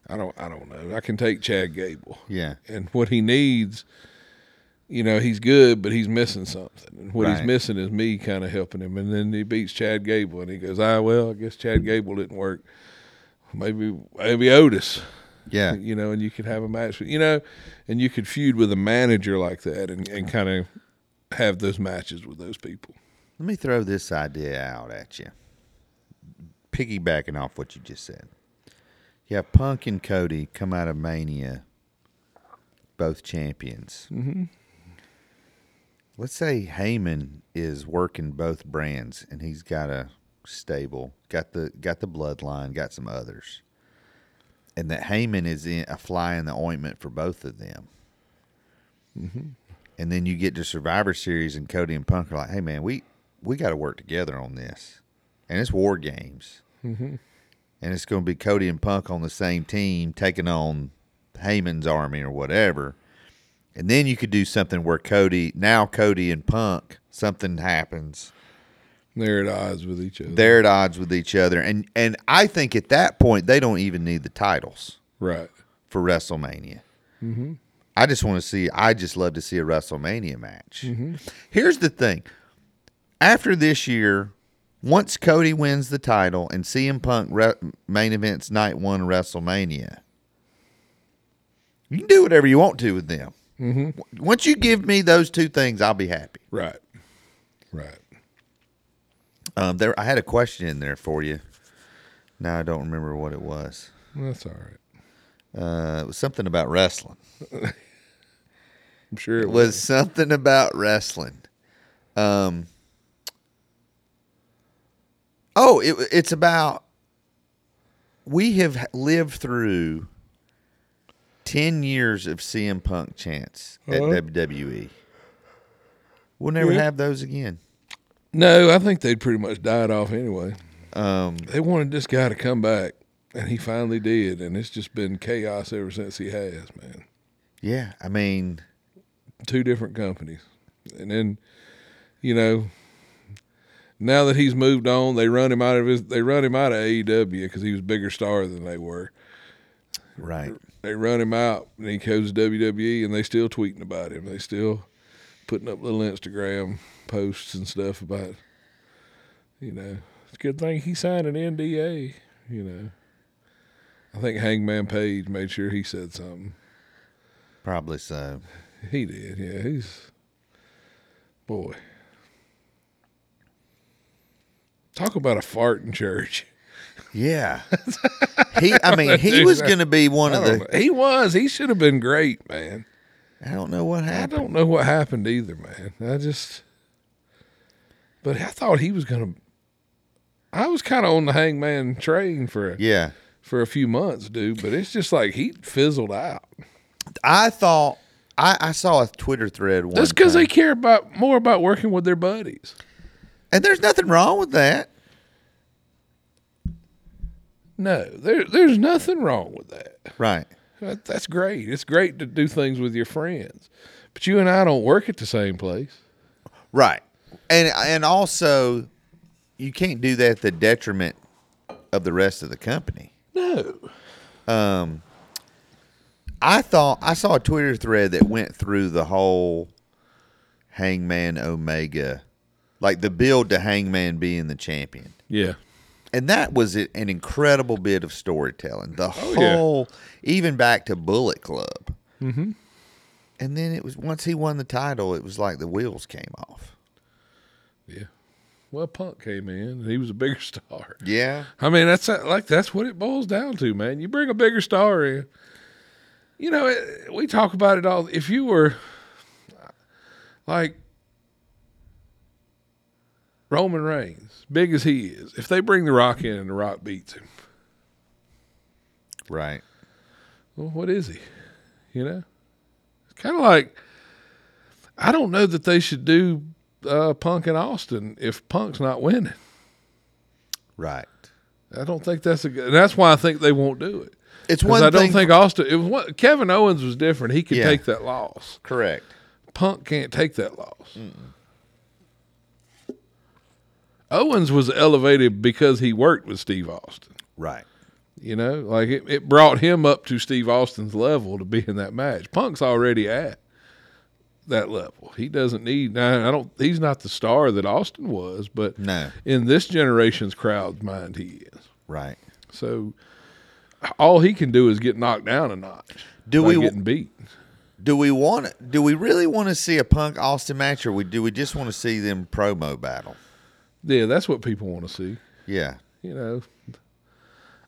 Speaker 2: I don't. I don't know. I can take Chad Gable
Speaker 4: Yeah.
Speaker 2: and what he needs you know he's good but he's missing something and what
Speaker 4: Right.
Speaker 2: he's missing is me kind of helping him and then he beats chad gable and he goes ah well i guess chad gable didn't work maybe maybe otis
Speaker 4: Yeah.
Speaker 2: you know and you could have a match with- you know and you could feud with a manager like that and, and kind of have those matches with those people
Speaker 4: Let me throw this idea out at you. Piggybacking off what you just said. You have Punk and Cody come out of Mania, both champions. Mm-hmm. Let's say Heyman is working both brands, and he's got a stable, got the got the bloodline, got some others, and that Heyman is in, a fly in the ointment for both of them. And then you get to Survivor Series, and Cody and Punk are like, "Hey, man, we we got to work together on this." And it's War Games, and it's going to be Cody and Punk on the same team taking on Heyman's army or whatever. And then you could do something where Cody now Cody and Punk something happens.
Speaker 2: they're at odds with each other
Speaker 4: They're at odds with each other, and and I think at that point they don't even need the titles
Speaker 2: right
Speaker 4: for WrestleMania. I just want to see. I just love to see a WrestleMania match. Here's the thing: after this year, once Cody wins the title and CM Punk re- main events night one WrestleMania, you can do whatever you want to with them. W- Once you give me those two things, I'll be happy.
Speaker 2: Right. Right.
Speaker 4: Um, there, I had a question in there for you. Now I don't remember what it was.
Speaker 2: That's all right.
Speaker 4: Uh, it was something about wrestling.
Speaker 2: I'm sure it
Speaker 4: It
Speaker 2: was.
Speaker 4: was something about wrestling. Um. Oh, it, it's about we have lived through ten years of CM Punk chants at
Speaker 2: Uh-huh.
Speaker 4: WWE. We'll never
Speaker 2: Yeah.
Speaker 4: have those again.
Speaker 2: No, I think they'd pretty much died off anyway.
Speaker 4: Um,
Speaker 2: They wanted this guy to come back, and he finally did, and it's just been chaos ever since he has, man.
Speaker 4: yeah, I mean,
Speaker 2: Two different companies. And then, you know, now that he's moved on, they run him out of his they run him out of AEW because he was a bigger star than they were.
Speaker 4: right?
Speaker 2: they run him out and he goes to WWE and they still tweeting about him. They still putting up little Instagram posts and stuff about you know. It's a good thing he signed an NDA, you know. I think Hangman Page made sure he said something.
Speaker 4: Probably so.
Speaker 2: He did, yeah. He's boy. Talk about a fart in church.
Speaker 4: Yeah. he, I
Speaker 2: *laughs*
Speaker 4: mean, he was going to be one
Speaker 2: I
Speaker 4: of
Speaker 2: don't know.
Speaker 4: the.
Speaker 2: *laughs* He was. He should have been great, man.
Speaker 4: I don't know what
Speaker 2: I
Speaker 4: happened.
Speaker 2: don't know what happened either, man. I just, but I thought he was gonna. I was kind of on the Hangman train for a,
Speaker 4: Yeah,
Speaker 2: for a few months, dude. But it's just like he fizzled out.
Speaker 4: I thought I, I saw a Twitter thread one
Speaker 2: That's because
Speaker 4: time.
Speaker 2: they care about more about working with their buddies.
Speaker 4: and there's nothing wrong with that.
Speaker 2: No, there, there's nothing wrong with that.
Speaker 4: Right.
Speaker 2: That- That's great. It's great to do things with your friends, but you and I don't work at the same place.
Speaker 4: Right. And and also, you can't do that at the detriment of the rest of the company.
Speaker 2: No,
Speaker 4: I thought I saw a Twitter thread that went through the whole Hangman Omega, like the build to Hangman being the champion.
Speaker 2: yeah,
Speaker 4: and that was it- an incredible bit of storytelling. The
Speaker 2: yeah.
Speaker 4: whole, even back to Bullet Club, mm-hmm. and then it was once he won the title, it was like the wheels came off.
Speaker 2: yeah. Well, Punk came in and he was a bigger *laughs* star.
Speaker 4: Yeah,
Speaker 2: I mean, that's like that's what it boils down to, man. You bring a bigger star in. You know, it, we talk about it all. If you were like Roman Reigns, big as he is, if they bring The Rock in and The Rock beats him,
Speaker 4: right.
Speaker 2: well, what is he? You know, it's kind of like I don't know that they should do uh, Punk and Austin if Punk's not winning.
Speaker 4: Right.
Speaker 2: I don't think that's a good. That's why I think they won't do it.
Speaker 4: It's
Speaker 2: 'Cause
Speaker 4: one
Speaker 2: I don't
Speaker 4: thing-
Speaker 2: think Austin. It was one, Kevin Owens was different. He could
Speaker 4: Yeah.
Speaker 2: take that loss.
Speaker 4: Correct.
Speaker 2: Punk can't take that loss. Owens was elevated because he worked with Steve Austin.
Speaker 4: Right.
Speaker 2: You know, like it, it brought him up to Steve Austin's level to be in that match. Punk's already at that level. He doesn't need. Now, I don't. He's not the star that Austin was, but
Speaker 4: No.
Speaker 2: in this generation's crowd's mind, he is.
Speaker 4: Right.
Speaker 2: So all he can do is get knocked down a notch.
Speaker 4: Do
Speaker 2: by
Speaker 4: we-
Speaker 2: getting beat?
Speaker 4: Do we want? Do we really want to see a Punk Austin match, or we do we just want to see them promo battle?
Speaker 2: Yeah, that's what people want to see.
Speaker 4: Yeah.
Speaker 2: You know,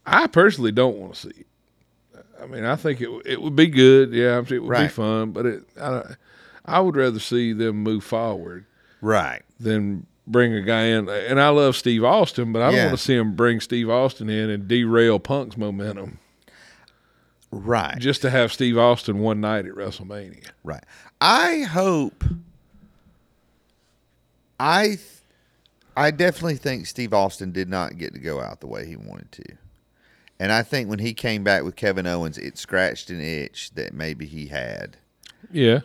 Speaker 2: I personally don't want to see it. I mean, I think it w- it would be good. Yeah, I'm sure it would be
Speaker 4: Right.
Speaker 2: fun, but it I, don't- I would rather see them move forward
Speaker 4: Right.
Speaker 2: than bring a guy in. And I love Steve Austin, but I don't
Speaker 4: Yeah.
Speaker 2: want to see him bring Steve Austin in and derail Punk's momentum
Speaker 4: Right.
Speaker 2: just to have Steve Austin one night at WrestleMania.
Speaker 4: Right. I hope. I, th- I definitely think Steve Austin did not get to go out the way he wanted to, and I think when he came back with Kevin Owens, it scratched an itch that maybe he had.
Speaker 2: Yeah.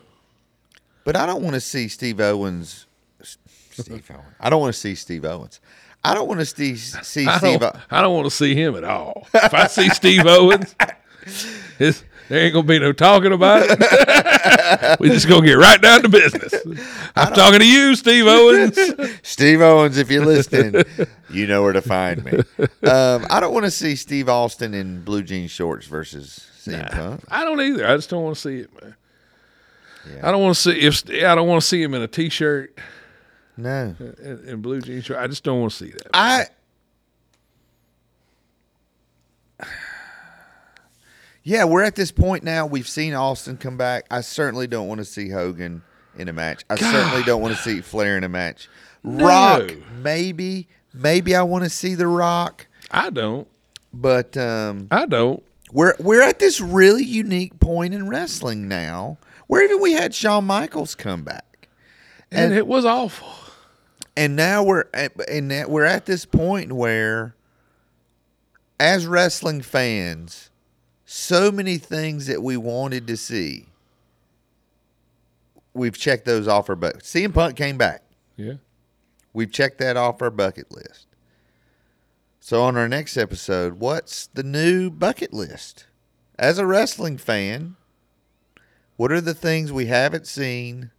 Speaker 4: But I don't want to see Steve Owens. S- Steve Owens. I don't want to see Steve Owens. I don't want to see see
Speaker 2: *laughs* I
Speaker 4: Steve.
Speaker 2: don't,
Speaker 4: O-
Speaker 2: I don't want to see him at all. If I see Steve Owens, it's, there ain't gonna be no talking about it. *laughs* we just gonna get right down to business. I'm talking to you, Steve Owens.
Speaker 4: Steve Owens, if
Speaker 2: *laughs*
Speaker 4: you're listening, you know where to find me. Um, I don't want to see Steve Austin in blue jean shorts versus CM Punk.
Speaker 2: I don't either. I just don't want to see it, man. I don't want to see if I don't want to see him in a t-shirt
Speaker 5: No.
Speaker 2: and, and blue jean shirt. I just don't want to see that.
Speaker 4: I. Yeah, we're at this point now. We've seen Austin come back. I certainly don't want to see Hogan in a match. I certainly don't want to see Flair in a match. Rock, maybe, maybe I want to see The Rock,
Speaker 2: I don't.
Speaker 4: but um,
Speaker 2: I don't.
Speaker 4: we're we're at this really unique point in wrestling now, where even we had Shawn Michaels come back.
Speaker 2: And,
Speaker 4: And-
Speaker 2: it was awful.
Speaker 4: and now we're at, and now we're at this point where as wrestling fans so many things that we wanted to see we've checked those off our bucket CM Punk came back
Speaker 2: Yeah.
Speaker 4: we've checked that off our bucket list so on our next episode what's the new bucket list as a wrestling fan what are the things we haven't seen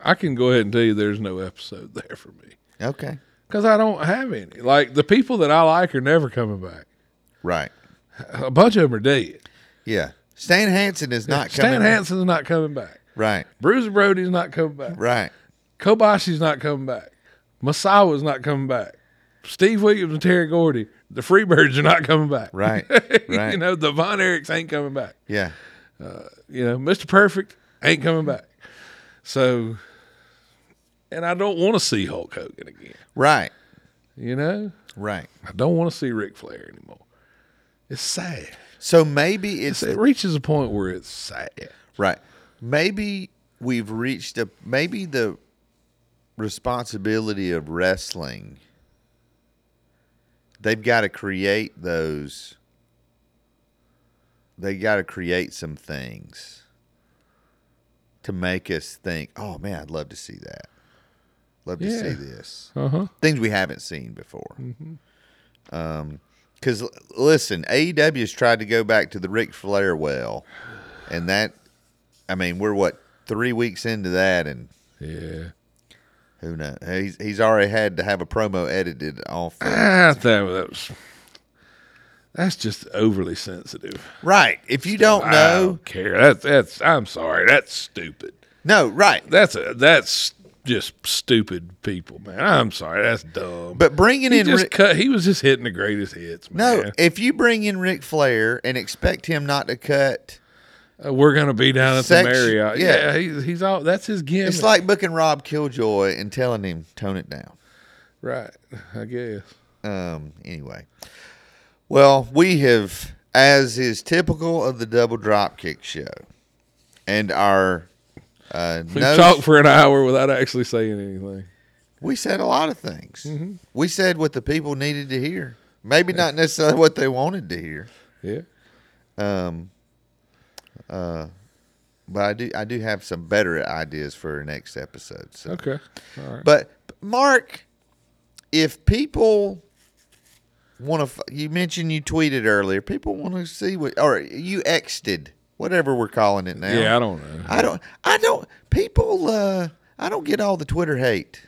Speaker 2: I can go ahead and tell you there's no episode there for me
Speaker 4: okay
Speaker 2: because I don't have any. Like the people that I like are never coming back.
Speaker 4: right
Speaker 2: A bunch of them are dead.
Speaker 4: yeah Stan Hansen is not
Speaker 2: Stan
Speaker 4: coming
Speaker 2: Hansen's not coming back.
Speaker 4: right
Speaker 2: Bruiser Brody's not coming back.
Speaker 4: Right.
Speaker 2: Kobashi's not coming back. Masawa's not coming back. Steve Williams and Terry Gordy, the Freebirds are not coming back.
Speaker 4: Right,
Speaker 2: *laughs* you
Speaker 4: right.
Speaker 2: know, the Von Erichs ain't coming back.
Speaker 4: Yeah.
Speaker 2: You know, Mr. Perfect ain't coming back. So, and I don't want to see Hulk Hogan again.
Speaker 4: Right.
Speaker 2: You know,
Speaker 4: Right.
Speaker 2: I don't want to see Ric Flair anymore. It's sad.
Speaker 4: So maybe it's
Speaker 2: It's, it reaches a point where it's sad.
Speaker 4: right. Maybe we've reached a maybe the responsibility of wrestling. They've got to create those. They got to create some things to make us think, "Oh man, I'd love to see that. Love to see
Speaker 2: Yeah.
Speaker 4: this."
Speaker 2: Uh huh.
Speaker 4: things we haven't seen before.
Speaker 2: Mm-hmm.
Speaker 4: Because listen, AEW's tried to go back to the Ric Flair well, and that, I mean, we're what three weeks into that, and
Speaker 2: Yeah.
Speaker 4: who knows? He's he's already had to have a promo edited off.
Speaker 2: I thought Ah, that was. That's just overly sensitive.
Speaker 4: right? If you don't
Speaker 2: I
Speaker 4: know,
Speaker 2: don't care. That's that's. I'm sorry. That's stupid.
Speaker 4: no, right?
Speaker 2: That's a that's just stupid people, man. I'm sorry. That's dumb.
Speaker 4: But bringing
Speaker 2: he
Speaker 4: in
Speaker 2: just
Speaker 4: Ric-
Speaker 2: cut. He was just hitting the greatest hits,
Speaker 4: no,
Speaker 2: man.
Speaker 4: if you bring in Ric Flair and expect him not to cut,
Speaker 2: Uh, we're gonna be down at
Speaker 4: Section-
Speaker 2: the Marriott.
Speaker 4: yeah.
Speaker 2: Yeah, he's he's all. That's his gimmick.
Speaker 4: it's like booking Rob Killjoy and telling him tone it down.
Speaker 2: right. I guess.
Speaker 4: Um, anyway, well, we have, as is typical of the Double Dropkick Show, and our uh,
Speaker 2: We
Speaker 4: no,
Speaker 2: talked for an hour without actually saying anything.
Speaker 4: we said a lot of things. We said what the people needed to hear, maybe not necessarily what they wanted to hear.
Speaker 2: Yeah.
Speaker 4: Um, uh, but I do, I do have some better ideas for our next episode. So.
Speaker 2: Okay. All right.
Speaker 4: But Mark, if people want to, you mentioned you tweeted earlier. People want to see what, or you Xed, whatever we're calling it now.
Speaker 2: yeah, I don't know.
Speaker 4: I don't. I don't. People. Uh, I don't get all the Twitter hate.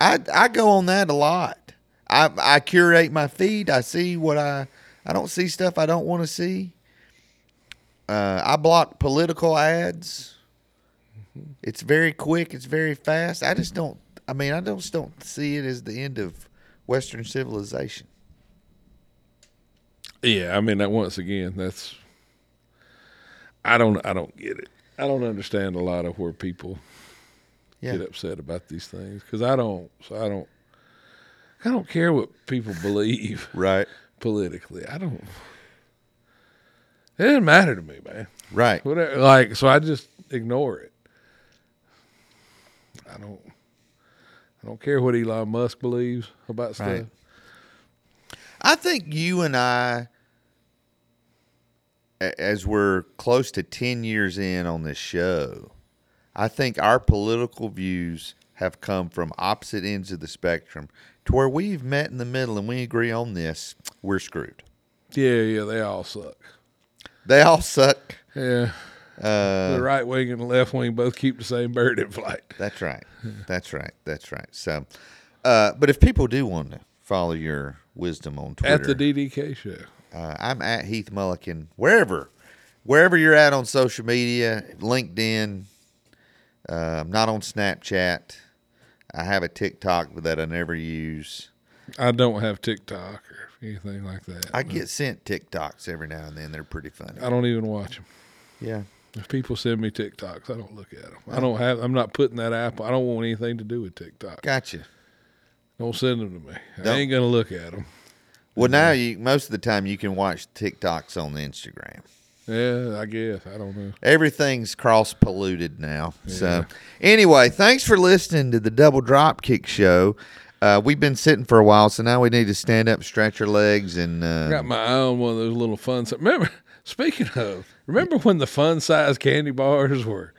Speaker 4: I I go on that a lot. I I curate my feed. I see what I. I don't see stuff I don't want to see. Uh, I block political ads. It's very quick. It's very fast. I just don't. I mean, I just don't see it as the end of Western civilization.
Speaker 2: Yeah, I mean that once again, that's I don't I don't get it. I don't understand a lot of where people
Speaker 4: Yeah.
Speaker 2: get upset about these things cuz I don't so I don't I don't care what people believe *laughs*
Speaker 4: Right.
Speaker 2: politically. I don't It doesn't matter to me, man.
Speaker 4: Right.
Speaker 2: Whatever, like so I just ignore it. I don't I don't care what Elon Musk believes about stuff.
Speaker 4: Right. I think you and I, a- as we're close to 10 years in on this show, I think our political views have come from opposite ends of the spectrum to where we've met in the middle and we agree on this, we're screwed.
Speaker 2: Yeah, yeah, they all suck.
Speaker 4: They all suck.
Speaker 2: Yeah.
Speaker 4: Uh,
Speaker 2: the right wing and the left wing both keep the same bird in flight.
Speaker 4: That's right. That's right. That's right. So, uh, but if people do want to follow your wisdom on Twitter,
Speaker 2: At the DDK show.
Speaker 4: Uh, I'm at Heath Mulliken, wherever wherever you're at on social media, LinkedIn. Uh, I'm not on Snapchat. I have a TikTok that I never use.
Speaker 2: I don't have TikTok or anything like that.
Speaker 4: I get sent TikToks every now and then. They're pretty funny.
Speaker 2: I don't even watch them.
Speaker 4: Yeah.
Speaker 2: If people send me TikToks, I don't look at them. I don't have. I'm not putting that app. I don't want anything to do with TikTok.
Speaker 4: Gotcha.
Speaker 2: Don't send them to me. I
Speaker 4: Don't.
Speaker 2: ain't gonna look at them.
Speaker 4: Well, now you most of the time you can watch TikToks on the Instagram.
Speaker 2: Yeah, I guess. I don't know.
Speaker 4: Everything's cross polluted now. So, anyway, thanks for listening to the Double Dropkick Show. Uh, we've been sitting for a while, so now we need to stand up, stretch our legs, and uh,
Speaker 2: I got my eye on one of those little fun. Si- remember, *laughs* speaking of, remember when the fun size candy bars were,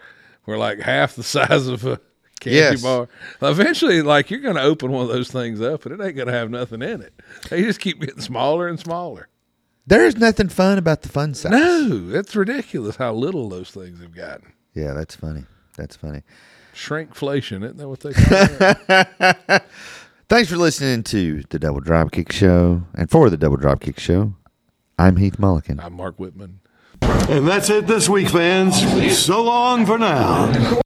Speaker 2: were like half the size of a candy
Speaker 4: Yes.
Speaker 2: bar. Eventually, like you're gonna open one of those things up, and it ain't gonna have nothing in it. They just keep getting smaller and smaller.
Speaker 4: there's nothing fun about the fun size.
Speaker 2: No, that's ridiculous how little those things have gotten.
Speaker 4: Yeah, that's funny. That's funny.
Speaker 2: Shrinkflation, isn't that what they call it?
Speaker 4: Thanks for listening to the Double Dropkick Show. And for the Double Dropkick Show, I'm Heath Mulligan.
Speaker 2: I'm Mark Whitman.
Speaker 5: And that's it this week, fans. So long for now.